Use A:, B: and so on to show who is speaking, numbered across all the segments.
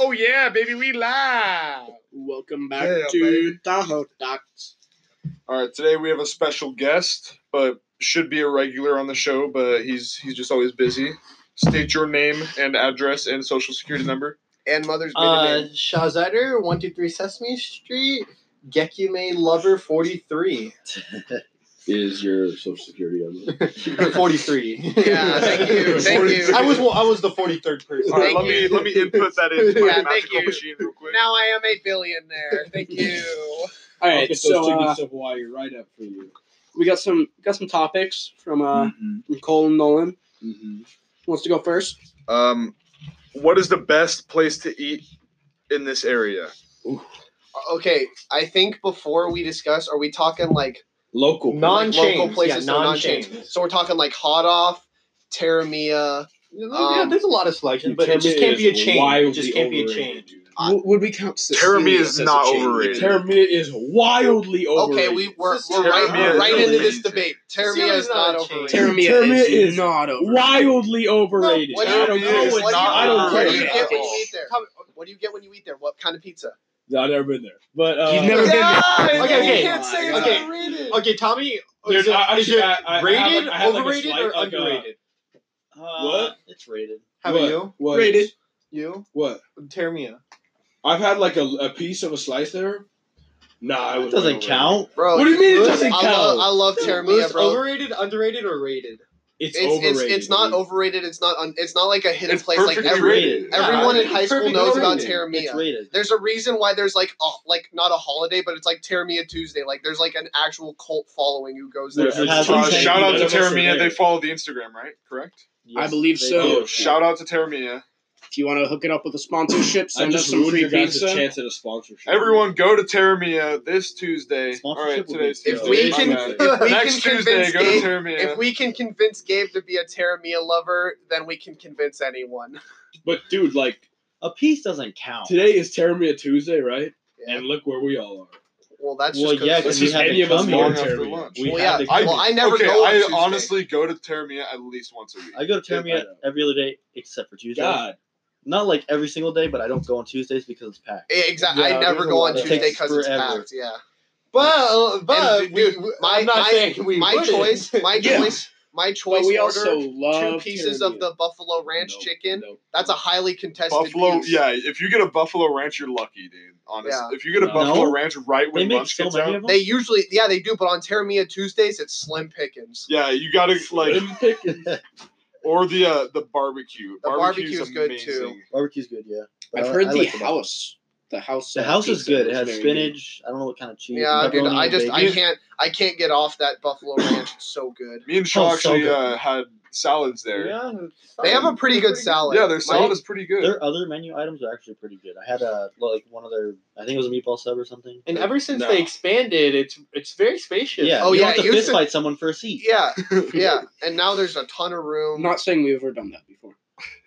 A: Oh yeah, baby, we live.
B: Welcome back
A: Yeah,
B: to
A: baby.
B: Tahoe Talks.
A: All right, today we have a special guest, but should be a regular on the show, but he's he's just always busy. State your name and address and social security number and mother's maiden
B: Uh,
A: name.
B: Shazider, one two three Sesame Street, Gekume Lover forty three.
C: is your social security number.
B: Forty three.
D: Yeah, thank you, thank you.
B: I was one- I was the forty third person.
A: All right,
D: Thank
A: let me
D: you.
A: let me input that into my
D: Yeah, thank
A: magical
D: you.
A: machine real quick.
D: Now I am a billionaire. Thank you.
B: All
C: I'll
B: right,
C: get
B: so
C: those
B: uh,
C: tickets of Hawaii right up for you.
B: we got some got some topics from uh from Colin Nolan. Who Wants to go first?
A: Um, what is the best place to eat in this area?
D: Okay, I think before we discuss, are we talking like
C: Local.
D: non local
B: Non-chains,
D: places?
B: yeah,
D: so non-chains.
B: non-chains.
D: So we're talking like hot off, Terramia.
B: yeah, there's a lot of selection, but it
C: Terramia
B: just can't be a
C: is
B: chain. It
C: wildly
B: just can't be a chain.
C: overrated, dude.
D: W-
B: would we count
A: Terramia is not overrated.
C: Terramia is wildly overrated.
D: Okay, we we're,
B: This is
D: we're right
C: Terramia
D: we're
C: is
D: right into this
A: amazing.
D: debate.
B: Seal
D: Terramia
B: is
D: is
B: not
D: not
B: a chain.
D: overrated.
B: Terramia
C: Terramia
B: is
C: is
B: not overrated.
C: wildly overrated.
D: what do
C: I
D: you,
C: don't
A: Terramia
C: know.
A: is
D: what do you,
A: not
C: I don't
D: what do
C: care.
D: you
A: overrated
D: get
A: at
D: when you
A: all.
D: eat there? What do you get when you eat there? What kind of pizza?
C: I've never been there, but uh,
B: You've never been there.
D: Yeah,
B: Okay, okay.
D: You can't say it's
B: Okay.
D: overrated.
B: Okay, Tommy.
C: Dude,
B: is it,
C: I- I-
B: is it
C: I- I have, like-
B: rated,
C: I have, like, a
B: overrated,
C: slight,
B: or
C: like, uh,
B: underrated? Uh,
C: What?
E: It's rated.
D: How
C: what?
D: about you?
C: What?
B: Rated.
D: You?
C: What?
B: Terramia.
C: I've had like a, a piece of a slice there. Nah, it was
E: That doesn't
C: overrated.
E: count.
D: Bro,
C: What do you mean it
D: Lewis,
C: doesn't
D: I
C: count?
D: love, I love Terramia,
B: Lewis,
D: bro.
B: overrated, underrated, or rated?
C: It's,
D: it's,
C: overrated.
D: It's, it's not
C: dude.
D: overrated. It's not un, it's not like a hidden
A: It's
D: place. Like
A: perfectly
D: every,
E: rated.
D: everyone
B: Yeah,
D: in high
B: it's
D: school
B: perfectly
D: knows about
B: rated.
E: It's
D: Terramia.
E: rated.
D: There's a reason why there's like a, like not a holiday, but it's like Terramia Tuesday. Like there's like an actual cult following who goes there.
C: Which
E: is-
D: every-
E: has-
A: Uh, shout out to
C: None of us are
A: Terramia. They
C: there.
A: follow the Instagram, right? Correct.
E: Yes,
B: I believe
E: they
B: so.
C: Oh,
E: do.
A: Shout out to Terramia.
B: If you want to hook it up with a sponsorship,
C: I
B: send us
C: just
B: some
C: ruined
B: free
C: your guys'
B: pizza.
C: chance at a sponsorship.
A: Everyone, go to Terramia this Tuesday. All right,
E: Sponsorship will
A: today's
E: be
A: Tuesday.
D: If we
A: my
D: can-
A: bad.
D: if we
A: Next
D: can
A: Tuesday,
D: convince
A: go to
D: Gabe-
A: Terramia.
D: If we can convince Gabe to be a Terramia lover, then we can convince anyone.
C: But dude, like
E: A piece doesn't count.
C: today is Terramia Tuesday, right?
D: Yeah.
C: And look where we all are.
D: Well, that's
E: Well,
D: just 'cause-
E: yeah,
C: It's
E: we
C: just
E: had
C: any
E: to
C: of us
E: come
C: more
A: here. After lunch.
C: Terramia.
E: We
D: well,
E: had
D: yeah.
E: to
A: I-
E: come.
D: well, I never
A: okay,
D: go. on
A: I
D: Tuesday.
A: honestly go to Terramia at least once a week.
E: I go to Terramia every other day except for Tuesday.
C: God,
E: Not like every single day, but I don't go on Tuesdays because it's packed.
D: Yeah, exactly.
C: Yeah,
D: I never
C: there's a
D: go
C: lot
D: on
E: that
D: Tuesday
E: takes
D: because it's
E: forever.
D: packed. Yeah.
B: But, but
D: And,
B: we,
D: dude,
B: we-
D: my-
B: I'm not
D: my-
B: saying we
D: My
B: wouldn't.
D: choice. My
C: Yeah.
D: choice. My choice.
B: But we
D: order,
B: also
D: two
B: love
D: pieces
C: Terramia.
D: of the buffalo ranch
C: Nope,
D: chicken.
C: nope.
D: That's a highly contested
A: Buffalo,
D: piece.
A: yeah. If you get a Buffalo Ranch, you're lucky, dude. Honestly,
D: Yeah.
A: if you get a
C: No.
A: Buffalo Ranch right
E: They
A: when
E: make
A: lunch
E: so
A: gets
E: many
A: out,
E: of them.
D: They usually, yeah, they do. But on Terramia Tuesdays, it's slim pickings.
A: yeah, you gotta like
C: Slim pickings.
A: or the uh, the barbecue.
D: The
A: Barbecue's
D: barbecue's good, too.
A: amazing.
E: Barbecue's good, yeah. But
F: Uh,
B: I've
E: I-
B: heard
E: I
B: the
E: like buffalo.
B: house. The house.
E: The
B: uh,
E: house is
B: pizza
E: good. It has
B: very good.
E: spinach. I don't know what kind of cheese.
D: Yeah, dude.
E: pepperoni,
D: I just, I
E: bacon.
D: can't, I can't get off that buffalo ranch. It's so good.
A: Me and Shaw
E: Oh, so
A: actually
E: good.
A: uh, had salads there. Yeah,
E: Yeah,
D: They have a pretty good salad.
A: their
D: My-
A: salad is pretty good.
E: Their other menu items are actually pretty good. I had a like one of their, I think it was a meatball sub or something.
B: And ever since
C: No.
B: they expanded, it's it's very spacious.
E: Yeah.
D: Oh,
E: you
D: yeah,
E: have to
D: it used
E: fist
D: to-
E: fight someone for a seat.
D: Yeah, yeah. And now there's a ton of room.
B: I'm not saying we've ever done that before.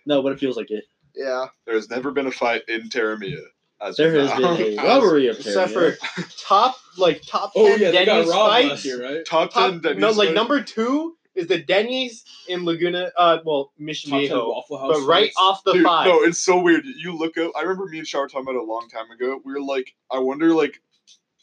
E: No, but it feels like it.
D: yeah.
A: There's never been a fight in Terramia. As
E: There
A: of
E: has
A: now.
E: been a robbery of
B: Except
E: Terramia.
B: for top like top
C: Oh
B: ten
C: yeah, they got
B: Denny's
C: robbed last
B: fights.
C: year, right?
A: Top ten
B: Top,
A: Denny's.
B: no, like
A: fight.
B: number two is the Denny's in Laguna. Uh, well, Mission
C: Top ten
B: Viejo,
C: Waffle House.
B: but right
C: fights.
B: off the
A: Dude,
B: five.
A: No, it's so weird. You look up. I remember me and Shaw were talking about it a long time ago. We were like, I wonder, like,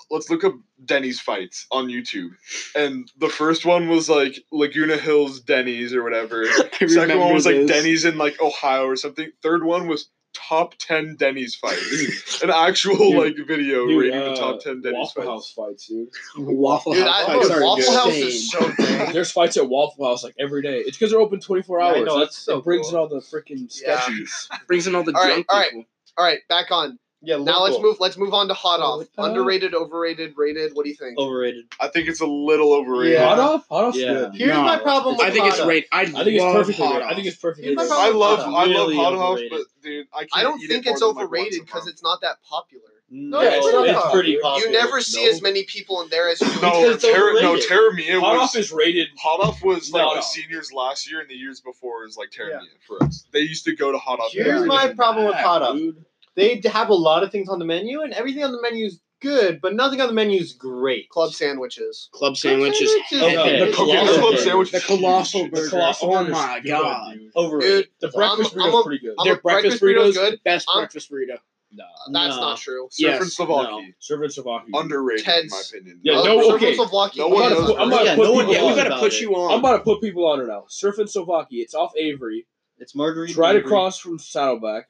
A: let's look up Denny's fights on YouTube. And the first one was like Laguna Hills Denny's or whatever. Second one was like Denny's in like Ohio or something. Third one was top ten Denny's fights. An actual
C: Dude,
A: like video
C: Dude,
A: rating
C: uh,
A: the top ten Denny's
C: Waffle
A: fights.
C: House fights, dude.
B: Waffle
D: Dude,
B: House.
D: I,
B: fights
D: dude,
B: are
D: Waffle House
B: insane.
D: is so good.
C: There's fights at Waffle House like every day. It's because they're open 24
B: Yeah, I
C: hours.
B: know,
C: That's,
B: it's so
C: it brings
B: cool.
C: in all the freaking
D: Yeah.
C: sketches.
B: brings in all the
D: All right,
B: junk
D: all right.
B: people.
D: All right, back on.
B: Yeah,
D: Now let's move. Let's move on to hot
C: Oh,
D: off.
C: uh,
D: Underrated, overrated, rated. What do you think?
E: Overrated.
A: I think it's a little overrated.
B: Yeah.
C: Hot off, hot off's
E: Yeah.
C: good.
B: Here's
E: No,
B: my problem.
E: it's-
B: With
E: I think it's
B: Prada.
F: rate. I,
C: I think it's
F: love
C: perfectly.
F: hot
C: rated.
F: off.
C: I think it's perfectly.
B: Here's my
C: rated.
A: I love I love
E: Really
A: Hot House,
E: overrated.
A: but dude, I can't
D: I don't
A: eat
D: think
A: it
D: it's
A: more than, like,
D: overrated
A: once a
D: because it's not that popular.
E: No,
C: Yeah, it's,
D: No,
C: it's
B: no.
C: pretty popular.
D: You never see
C: no.
D: as many people in there as you do.
A: month. no,
E: Because it's
A: Terra, no,
E: overrated.
A: Terramia
C: Hot
A: was
C: off is rated.
A: Hot Off was like
C: No.
A: the seniors last year and the years before was like Terramia for us. They used to go to Hot Off.
B: Here's
A: every
B: my
A: day.
B: problem with
C: Yeah,
B: hot up.
C: dude.
B: They d- have a lot of things on the menu, and everything on the menu is
E: good, but nothing on the menu is great.
D: Club sandwiches.
B: Club sandwiches.
D: Sandwiches.
E: Okay.
C: The,
E: The
C: colossal
E: club
C: burger.
A: sandwich
C: The
A: is
C: colossal
A: huge.
C: burger.
B: The colossal
C: Oh
B: burger's
C: my
B: good,
C: god.
B: dude.
E: Overrated.
D: Dude,
C: The
D: So I'm-
C: breakfast
D: I'm
C: burger's
D: a-
C: pretty good.
D: I'm
B: Their
D: a breakfast
B: breakfast
D: burrito's
B: burritos,
D: good.
B: best
D: I'm-
B: breakfast burrito.
C: no.
D: That's
E: No.
D: not true.
A: Surf and
B: Yes,
A: Slovakia.
C: Serve and Slovakia.
A: Underrated, in my
D: Ted's-
A: opinion.
C: Yeah,
D: Uh,
C: no,
D: Circles
C: okay.
D: of Lucky-
A: No one
D: I'm
A: knows
D: gonna-
A: that.
D: I'm gonna-
E: Yeah,
C: put
E: no
C: people
E: one knows
B: Yeah, we
C: on.
B: gotta
E: about
B: put
E: it.
B: you on.
C: I'm about to put people on it now. Surf and Slovakia. It's off Avery.
E: It's margarita.
C: It's right
E: Avery.
C: across from Saddleback.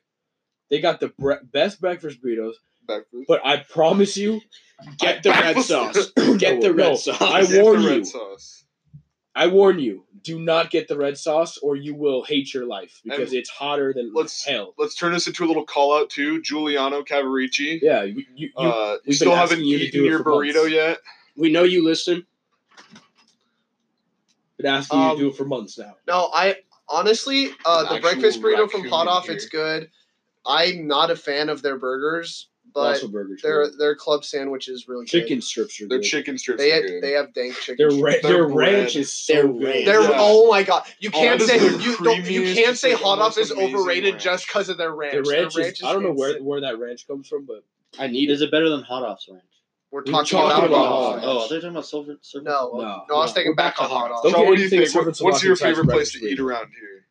C: They got the bre- best breakfast burritos,
A: Breakfast.
C: but I promise you,
B: Get the red sauce. Get the
C: No,
B: red sauce.
C: I
A: Get the
C: warn
A: red
C: you.
A: sauce.
C: I warn you, do not get the red sauce or you will hate your life because
A: And
C: it's hotter than
A: let's-
C: hell.
A: Let's turn this into a little call out to Giuliano Cavarici.
C: Yeah, you, you, you
A: uh, you
C: been
A: still
C: asking
A: haven't
C: you to
A: eaten
C: do it
A: your
C: for months.
A: burrito yet.
B: We know you listen.
C: been asking you
D: Um,
C: to do it for months now.
D: No, I honestly, uh, the
A: Actual
D: breakfast burrito from
A: raccoon
D: Pot
A: in
D: Off,
A: here.
D: it's good. I'm not a fan of their burgers, but
C: also burgers.
D: their
C: good.
D: their club sandwich is really
C: chicken strips are
A: Their
C: good.
A: chicken
D: good.
A: strips
D: They
A: are
D: have
A: good.
D: they have dank chicken.
C: their
D: strips.
C: ra-
A: their
C: their
A: bread.
C: ranch is so
B: Their
C: good.
B: ranch.
D: They're
A: Yeah.
D: oh my god! You
A: Oh,
D: can't
A: this
D: say
A: is the
D: you don't, you
A: creamiest,
D: can't say
A: like,
D: hot off
A: almost
D: is
A: amazing
D: overrated
A: ranch.
D: just because of their ranch.
C: The
D: Their
C: ranch is, I don't know where, where that ranch comes from, but
B: I need it.
E: Is it better than Hot Off's ranch?
D: we're
C: We're
D: talking,
C: talking
D: about.
C: about
D: hot
C: hot
D: Off.
C: sauce.
E: Oh, they're talking about Silver. Silver
D: No. uh,
E: Silk.
C: no.
D: No, I was thinking
C: We're
D: back on
C: to
D: hot
C: Off.
D: off.
C: Don't
A: so
C: get
A: what do you
C: anything
A: think?
C: Serve
A: What-
C: and
A: what's
C: Slovakian
A: your
C: size
A: favorite place to
C: breakfast
A: eat
C: burrito.
A: around here?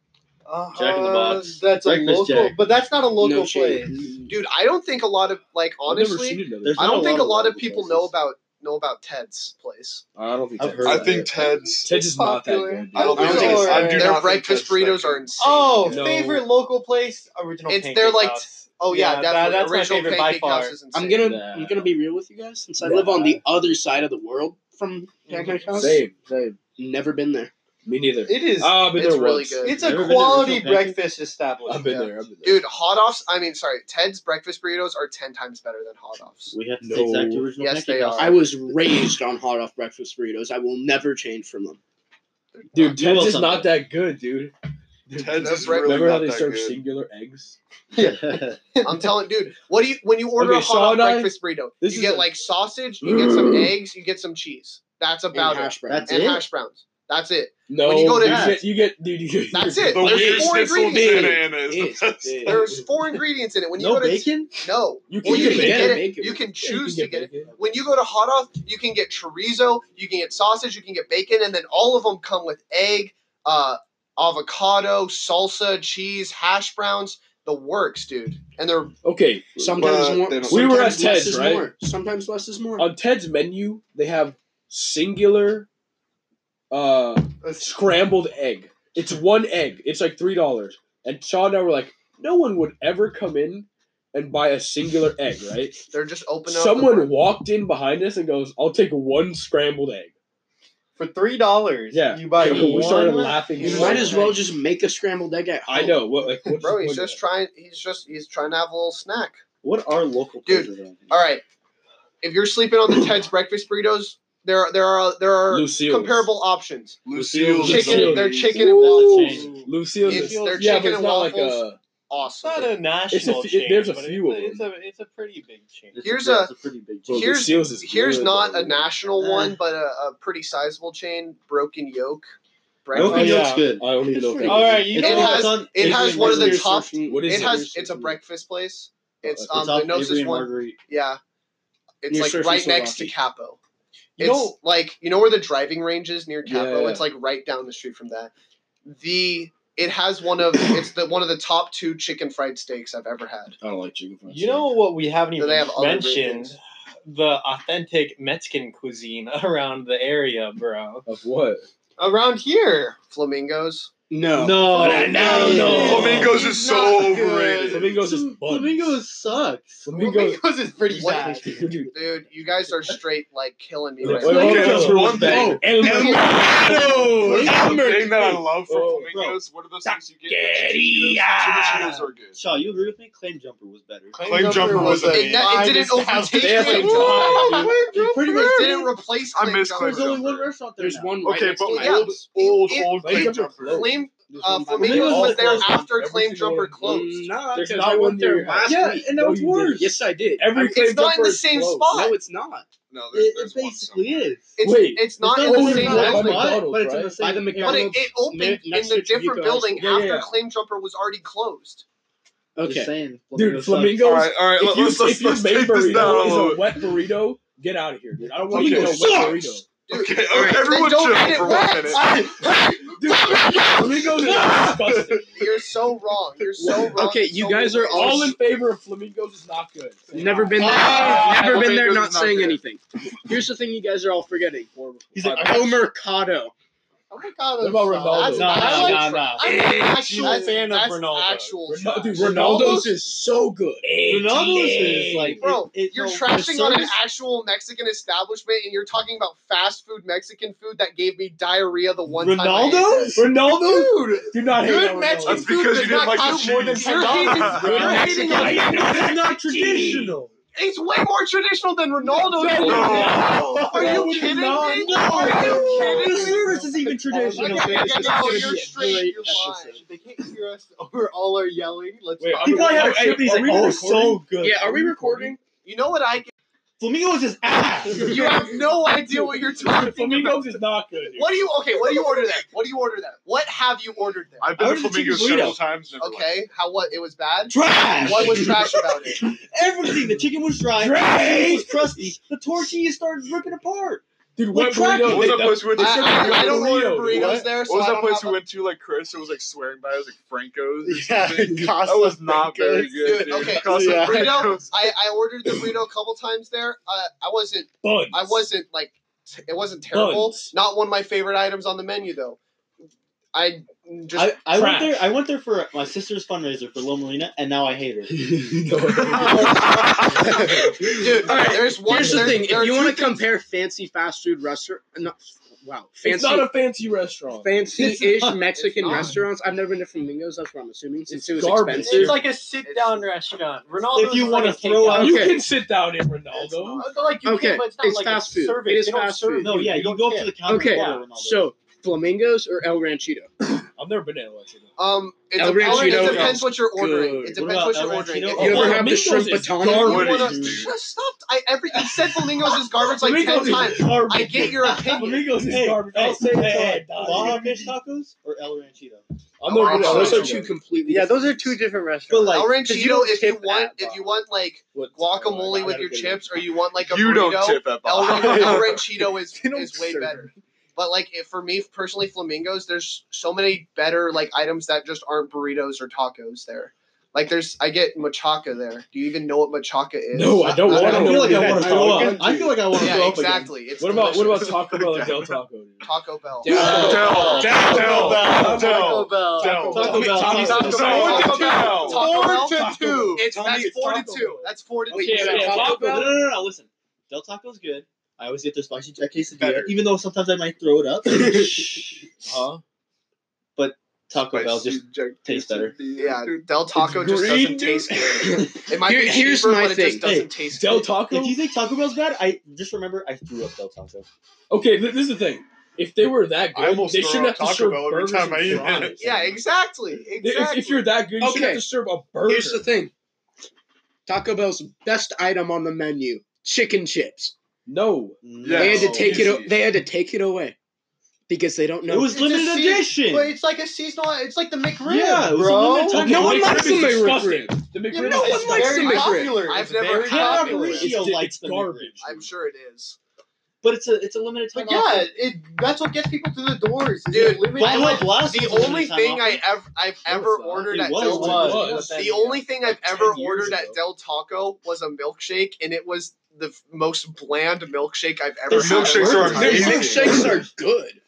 E: Jack in the Box.
D: That's
E: a Breakfast local- Jack.
D: but that's not a
B: no shade.
D: dude. I don't think a lot of like
C: I've
D: honestly,
C: never seen another.
E: There's
D: I don't
E: not
D: think a lot of
E: local
D: people
E: places.
D: know about know about Ted's place.
C: I don't think
E: I've
C: uh, Ted's
E: heard
C: that
A: I
E: Alright.
A: think
C: good.
A: Ted's.
C: Ted's is not that
D: Popular.
C: good. dude.
A: I
D: I
A: don't think
D: don't
A: it's.
D: think
E: it's-
A: I do
D: their
A: not think
D: breakfast
A: Ted's that
D: burritos
A: good.
D: are insane.
E: Oh,
C: No.
E: favorite local place, original.
D: It's-
E: Pancake
D: they're like-
E: House.
D: Oh yeah,
E: Yeah, that-
D: definitely.
E: that's my
D: Original
E: favorite by
D: pancake
E: far.
D: house is insane.
B: I'm gonna
E: Nah.
B: I'm gonna be real with you guys since I live on the other side of the world from
C: Mm-hmm.
B: Pancake House.
C: Same, same.
B: Never been there.
C: Me neither.
E: It is.
C: Ah, I've been
D: It's
C: there
D: really
C: once.
D: good.
E: it's
C: Never
E: a
C: been there,
E: quality
C: original pancake.
E: breakfast
C: I've
E: establishment.
C: been
D: Yeah.
C: there. I've been there.
D: Dude, hot offs. I mean, sorry, Ted's breakfast burritos are ten times better than hot offs.
E: We have to
C: No.
E: take back to original
D: Yes,
E: Pancake
D: they
E: House.
D: are.
B: I was raised on hot off breakfast burritos. I will never change from them.
C: Dude,
E: You will
C: Ted's is
E: someday.
C: not that good, dude.
A: Ted's is
D: Remember
A: really
C: Remember how
A: not
C: they
A: that
C: serve
A: good.
C: singular eggs?
D: I'm telling, dude. What do you when you order
C: Okay,
D: a hot
C: sawdust,
D: dog breakfast burrito?
C: this
D: You
C: is
D: get
C: a-
D: like sausage, you get some eggs, you get some cheese. That's
B: And
D: about it.
B: hash browns.
E: That's
D: and
E: it?
D: hash browns. That's it.
C: No,
D: When you go to-
C: get, you get, dude, you get,
D: That's it.
A: The
D: There's
A: weird
D: four
A: schnitzel
D: ingredients.
A: banana is the
B: It's
A: best.
B: big.
D: There's four ingredients in it. When you
E: no
D: go to
E: bacon.
D: no, Well,
C: You can
D: you
C: get
D: can
C: bacon.
D: get it.
B: bacon.
D: You can
C: Yeah, you
D: choose
C: can
D: to get it.
C: bacon.
D: When you go to hot off, you can get chorizo, you can get sausage, you can get bacon, and then all of them come with egg, uh, avocado, salsa, cheese, hash browns, the works, dude. And they're
C: Okay,
A: But
B: Sometimes more.
A: they don't-
C: We were
B: sometimes
C: at
B: less
C: Ted's,
B: is
C: right? Oh,
B: more. Sometimes less is more.
C: on Ted's menu they have singular, uh, scrambled egg. It's one egg. It's like three dollars. And Shaw and I were like, no one would ever come in and buy a singular egg, right?
D: they're just open up. the
C: Someone
D: works.
C: walked in behind us and goes, "I'll take one scrambled egg."
E: For three dollars,
C: Yeah.
E: you buy
C: we
E: one.
C: started laughing.
B: you might as well just make a scrambled egg at home.
C: I know what like what's
D: Bro,
C: the
D: he's
C: point of
D: just trying. He's just he's trying to have a little snack.
E: What are local
D: Dude,
E: places? around here?
D: All right, if you're sleeping on the Ted's breakfast burritos, there are there are there
C: that?
D: are
C: Lucille's.
D: comparable options.
A: Lucille's. is
D: Chicken,
A: amazing.
D: their chicken and
E: That's a
D: waffles,
E: chain.
C: Lucille's.
D: If
C: is-
D: they're
C: yeah, but
D: chicken
C: it's
D: and
C: not like uh,
D: waffles-
C: a.
F: It's
D: awesome.
F: not a national
C: few-
F: chain.
C: there's a
F: but
C: few of
F: it's,
C: them.
F: A, it's a it's a pretty big chain.
E: It's
D: Here's
E: that's pretty big
C: Bro,
E: chain.
D: Here's-
C: Lucille's is
D: Here's
C: good,
D: not
C: though.
D: a national
E: Eh.
D: one, but a, a pretty sizable chain, Broken Yolk.
E: Broken
D: Breakfast.
E: Yolk's
F: yeah.
E: good.
C: I don't even know. if
B: It's
C: that
F: All right,
E: It's
F: you
D: It
F: know
E: on-
F: what?
D: has-
E: it's on
D: it
E: Avery
D: has
E: and
D: one of the
E: Marguerite.
D: top-
C: What is Oh,
D: It
C: it?
D: has it's a breakfast place. It's
E: It's
D: um
E: off
D: the
E: Avery
D: Gnosis
E: and
D: one.
E: Marguerite.
D: Yeah. It's
B: Near
D: like
B: Surf and
D: right next to
B: Slovakia.
D: Capo.
F: You
D: It's
F: know-
D: like you know where the driving range is near
C: Yeah,
D: Capo?
C: yeah.
D: It's like right down the street from that. The it has one of it's the one of the top two chicken fried steaks I've ever had.
C: I don't like chicken fries.
F: You know what we haven't
D: Do
F: even
D: they have other great
F: mentioned?
D: things?
F: The authentic Mexican cuisine around the area, bro.
C: of what?
F: Around here.
D: Flamingos.
B: No.
E: No,
B: But I now
E: no,
B: know.
A: Flamingos is
E: It's
A: so
E: not good.
A: overrated.
C: Flamingos is buns.
E: Flamingos sucks.
C: Flamingos-
E: is pretty
D: What-
E: bad.
C: Dude,
D: Dude, you guys are straight like killing me
C: Yeah,
D: right
C: wait,
D: now.
C: wait,
A: Okay,
C: Okay,
A: that's
C: so
A: one thing.
C: oh, El
A: What is
C: Mercado.
A: the thing that I love from
C: Oh, bro.
A: flamingos? What are those things you get? Chimichitos.
B: Taqueria.
A: Chimichitos are good.
E: Shaw, you agree with me? Claim jumper was better.
A: Claim jumper was
D: It,
A: amazing.
D: it didn't overtake
C: They have
D: Claim
C: like
D: Jumper.
C: five, dude.
E: You pretty much
D: It
E: didn't.
D: didn't replace
A: I
D: Claim
A: miss
D: Jumper.
A: Claim
E: There's only
A: Jumper.
E: one restaurant there.
B: There's
E: now.
B: one right
A: Okay,
B: next
A: but
B: to my
D: yeah.
A: old,
B: house.
A: old,
D: It-
A: old
C: Claim
A: claim
C: Jumper
A: jumper.
C: closed.
D: Claim
B: There's
D: uh,
B: one by my
D: Flamingos
B: house.
D: was there
C: All closed.
D: after Claim
C: Every single
D: Jumper
C: one.
D: closed.
B: Mm, Nah,
C: There's
B: 'cause I
C: not one
B: went
C: near
B: there
C: your
B: last
C: house.
B: week.
C: Yeah, and that
B: No,
C: was
B: you didn't.
C: worse.
B: Yes, I did.
C: Every
B: I-
D: It's
C: Claim
D: not in
C: Jumper
D: the
C: is
D: same
C: closed.
D: spot.
B: no, it's not.
A: No, there's,
E: It,
A: there's
E: it
A: one
E: basically
A: somewhere.
E: is.
D: It's,
C: Wait,
D: it's not in
C: not
D: the
C: open
D: same
C: now,
E: exact
C: by
D: building.
E: spot,
C: McDonald's,
E: but it's in the
C: right?
E: same
B: By the McDonald's.
D: But it, it opened
B: Ne-
D: in
B: next
D: the
B: to
D: different
B: Yuka's.
D: building
C: Yeah, yeah,
D: after
C: yeah.
D: Claim Jumper was already closed.
E: Just
B: Okay.
E: saying,
C: Dude,
E: flamingos
C: flamingo-
A: All right, all right.
C: If
A: Let,
C: you,
A: us let's,
C: if your
A: let's
C: main
A: take this down a
C: burrito is
A: little.
C: a wet burrito, get out of here, dude. I don't want to
A: Okay.
C: get a wet burrito.
B: Sucks.
A: Okay, okay, everyone
D: don't
A: chill
D: eat it
A: for
D: wet.
A: one minute.
C: Dude, flamingos are disgusting.
D: You're so wrong. You're so wrong.
B: Okay,
D: You're
B: you
D: so
B: guys are
D: wrong.
C: All in favor of flamingos is not good.
B: Never been there.
A: Ah,
B: never been there.
A: flamingos
B: Not
A: is not
B: saying
A: good.
B: anything. Here's the thing: you guys are all forgetting.
F: He's like,
B: El Mercado.
D: Oh my god,
C: What about
D: that's-
C: Ronaldo?
F: Nah,
D: that's-
F: nah,
D: that's-
F: nah, nah.
D: I'm an actual
F: Huge fan of
D: that's
F: Ronaldo.
D: Actual
C: Ronaldo-
D: trash.
C: dude, Ronaldo's is so good.
F: Ronaldo's is like
D: Bro,
F: it- it-
D: you're
F: no,
D: trashing on an
F: personas-
D: actual Mexican establishment, and you're talking about fast food Mexican food that gave me diarrhea the one time. I ate
F: Ronaldo?
D: it.
C: Ronaldo?
D: Dude,
C: Do not hate
D: Good
C: on
D: Mets-
C: Ronaldo.
A: That's because you
D: Dude,
A: didn't like the
D: that's more than
A: cheese.
D: ten dollars.
F: You're hating on-
C: It's not traditional.
D: it's way more traditional than Ronaldo.
C: No.
A: No.
D: Are you kidding me? Are you kidding me?
B: service is even
D: Okay,
B: traditional.
D: okay,
B: man. It's
D: okay,
B: just
D: no,
B: gonna
D: you're
B: be a
D: straight,
B: great
D: you're
B: episode.
D: lying. They can't hear us over all our yelling. Let's
C: Wait,
D: talk
C: I'm-
F: He probably had a
C: Are
F: chip. He's
C: we
F: like, oh, so good.
B: Yeah, are we recording?
D: You know what I get?
F: Flamingos is ass.
D: You have no idea what you're talking about.
C: Flamingos is not good. dude.
D: What do you okay? What do you order there? What do you order there? What have you ordered there?
A: I've been
F: I
A: to
F: ordered the
A: Flamingo
F: chicken burrito.
A: several times. Never liked
D: Okay, how what? It was bad.
F: Trash.
D: What was trash about it?
F: Everything. The chicken was dry.
C: Trash.
F: The chicken was crusty. The tortilla started ripping apart.
C: Dude,
F: What
C: wet
F: crack-
A: it. What
C: burrito.
A: was
C: they-
A: that place we went
D: I,
A: to?
D: I- I don't order
C: Burrito.
D: burritos
A: What?
D: there, so
A: What was
D: I
A: that
D: don't
A: place
D: have
A: we went to? Like Chris, it was like swearing by. It was like Franco's. or
E: Yeah,
A: something?
E: Casa
A: that was not very
E: Franco's,
A: good.
D: dude. Okay,
A: Casa
E: yeah.
A: Franco's.
D: a- I, I ordered the burrito a couple times there. Uh, I wasn't
C: Buns.
D: I wasn't like t- it wasn't terrible.
C: Buns.
D: Not one of my favorite items on the menu though. I just
E: I, I went
C: Trash.
E: there. I went there for my sister's fundraiser for Loma Marina, and now I hate her.
D: dude.
B: All right,
D: there's one.
B: Here's the
D: there's-
B: thing:
D: there are
B: if you
D: two
B: want
D: things-
B: to compare fancy fast food restaurant, not wow,
C: It's
B: fancy
C: not a fancy restaurant.
B: fancy-ish
E: not.
B: Mexican
D: It's not.
B: restaurants. I've never been to Flamingos. That's what I'm assuming. Since
C: It's
B: it was
C: garbage.
B: expensive.
F: It's like a sit-down restaurant. Ronaldo.
E: If you wanna throw out-
C: You
B: Okay.
C: can sit down in
D: It's not.
C: Ronaldo.
F: like you
B: Okay,
F: can, but it's not
B: it's
F: like
B: fast
F: a
B: food.
F: Service.
B: It is
F: They don't
B: fast
F: serve
B: food.
E: No, yeah, you,
F: don't
E: go
F: get
E: up to
F: it.
E: the counter.
B: Okay,
E: and order Ronaldo.
B: so flamingos or El Ranchito?
C: I've never been to LA.
D: Um, it,
B: El
D: dep-
B: Ranchito
D: it depends
B: is
D: what you're ordering.
B: good.
D: It
E: What
D: depends what,
E: about El
D: you're ordering.
E: Ranchito?
D: If
E: Oh,
D: you
B: You ever
D: wanna-
B: have the
C: Flamingos
B: shrimp
C: is
B: batana?
C: garbage.
D: you wanna-
A: dude.
D: Just stop! I every you said flamingos is garbage like ten
C: Flamingos is
D: times.
C: garbage.
D: I get your opinion.
C: Flamingos is
E: Hey,
C: garbage.
E: hey,
C: I'll say that.
E: hey, Baja
C: I'm
E: fish tacos or El Ranchito?
C: never
D: Oh,
C: gonna-
B: Those are
C: Those
B: two completely. different things.
E: different restaurants. But
D: El
E: like,
D: Ranchito,
B: 'cause you don't
D: if you
B: tip
D: want,
B: at
D: if you want like
B: Oh
D: guacamole with your chips, or you want like a
A: You
D: burrito,
A: don't tip at
D: El,
A: Bob.
D: El Ranchito is,
C: They don't
D: is way
C: serve
D: better. But like if, for me personally, flamingos. There's so many better like items that just aren't burritos or tacos there. Like there's, I get machaca there. Do you even know what machaca is?
C: No, I don't
D: I- I
C: want
E: I
C: to
E: feel like I
C: want
E: want to throw up. I feel like I want to
D: yeah,
E: throw up again.
D: exactly. It's
C: What about what about
D: delicious.
C: Taco Bell and Del Taco? dude?
D: Taco Bell?
C: Yeah.
A: Del, Del, Del, Del,
E: Taco
A: Del,
E: Bell.
A: Del.
E: Taco Bell.
C: Tommy-
E: Taco
C: Tommy's-
E: Bell.
A: Taco
D: Four to two. Taco
A: Bell.
D: Bell.
C: Taco Bell.
D: It's
C: Tommy,
D: that's
C: it's
D: four to
C: Taco
D: two.
C: Bell.
D: That's four to
B: Wait,
D: two.
B: yeah,
C: yeah,
B: Taco
C: Taco
E: No,
B: Bell?
E: no, no, no. Listen, Del Taco's good. I always get their spicy jack quesadilla,
A: Better.
E: even though sometimes I might throw it up.
F: Huh?
E: Taco Bell
A: Spicy
E: just
A: Jack
E: tastes better.
D: Yeah, Del Taco just doesn't
C: green,
D: taste good. It might
B: Here-
D: be
B: here's
D: cheaper,
B: my
D: but it just
B: thing.
D: doesn't
E: Hey,
D: taste
C: Del
D: good.
C: Taco.
E: If you think Taco Bell's bad, I just remember I threw up Del Taco.
C: Okay, th- this is the thing. If they were that
A: I
C: good,
A: almost
C: they
A: throw
C: shouldn't have
A: out
C: to
A: Taco
C: serve
A: Bell every
C: burgers
A: time I eat
C: and fries.
A: it.
D: Yeah, exactly. Exactly.
C: If, if you're that good, you shouldn't
B: Okay.
C: have to serve a burger.
B: Here's the thing: Taco Bell's best item on the menu: chicken chips.
C: no.
A: Yeah.
B: They had to
A: Oh,
B: take
A: easy.
B: it. They had to take it away because they don't know.
E: It was
D: It's
E: limited
D: a sea-
E: edition.
D: But it's like a seasonal. It's like the McRib.
E: Yeah, it was a limited time.
B: No
C: The
B: one
C: McRib
B: likes
C: is
B: the McRib.
C: disgusting. The McRib
D: Yeah,
C: is
D: no one
C: disgusting.
D: likes the
B: very
D: McRib.
B: popular.
D: I've never
F: very
D: had
E: How
D: it.
E: about Mauricio
C: It's- it's
E: likes the
C: garbage.
E: garbage.
D: I'm sure it is.
E: But it's a it's a limited time.
G: But yeah, it, that's what gets people through the doors. is
D: Dude,
G: the limited-
E: Buffalo
D: went-
E: Blast
D: The
E: was a limited
D: only
E: time
D: thing
E: offer.
D: I ever I've ever
C: was not.
D: ordered
E: It
D: at
E: was,
D: Del
E: it
D: Taco.
E: was.
D: The only thing I've
C: Like 10
D: ever
C: years
D: ordered
C: ago.
D: at Del Taco was a milkshake, and it was the f- most bland milkshake I've ever
A: Their
D: had.
A: milkshakes are
B: Their
A: amazing.
B: milkshakes are good.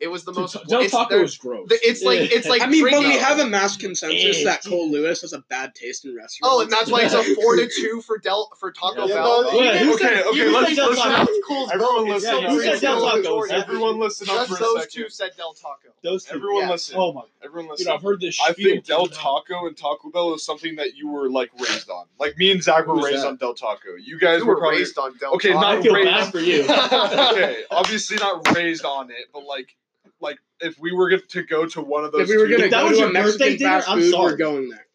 D: It was the
C: Dude,
D: most.
C: Ta- Del
D: it's,
C: Taco
D: they're-
C: is gross.
D: the- it's like it's like
B: I mean, but we
D: drinking-
B: have a mass consensus
E: Yeah.
B: that Cole Lewis has a bad taste in restaurants.
D: Oh, and that's why it's a four to two for Del for Taco
G: Yeah,
D: Bell.
G: but-
E: Yeah, who
A: Okay,
E: said-
A: okay,
E: who
A: let's-
E: said Del
A: let's-
E: Taco?
D: Cool's
A: Everyone
D: vote is
A: listen
D: so
E: up. Who said Del
D: reasonable.
E: Taco?
A: Everyone listen up
D: Just
A: for a
D: those two
A: second.
D: said Del Taco.
E: Those two.
A: Everyone
D: Yeah.
A: listen.
E: Oh my.
A: Everyone
C: Dude,
A: listen.
C: I've heard this.
A: I
C: spiel.
A: think Del Taco and Taco Bell is something that you were like raised on. Like me and Zach
C: Who
A: were
C: was
A: raised
C: that?
A: on Del Taco. You guys
D: You
A: were,
D: were
A: probably
D: raised on Del
A: Okay,
D: Taco.
A: not
E: I feel
A: raised-
E: bad for you.
A: okay. Obviously not raised on it, but like, like if we were get- to go to one of those,
B: if we were
A: two-
B: gonna
E: If that
B: go
E: was
B: to a
E: your birthday
B: Mexican
E: dinner,
B: fast
E: I'm
B: food,
E: sorry.
B: we're going there.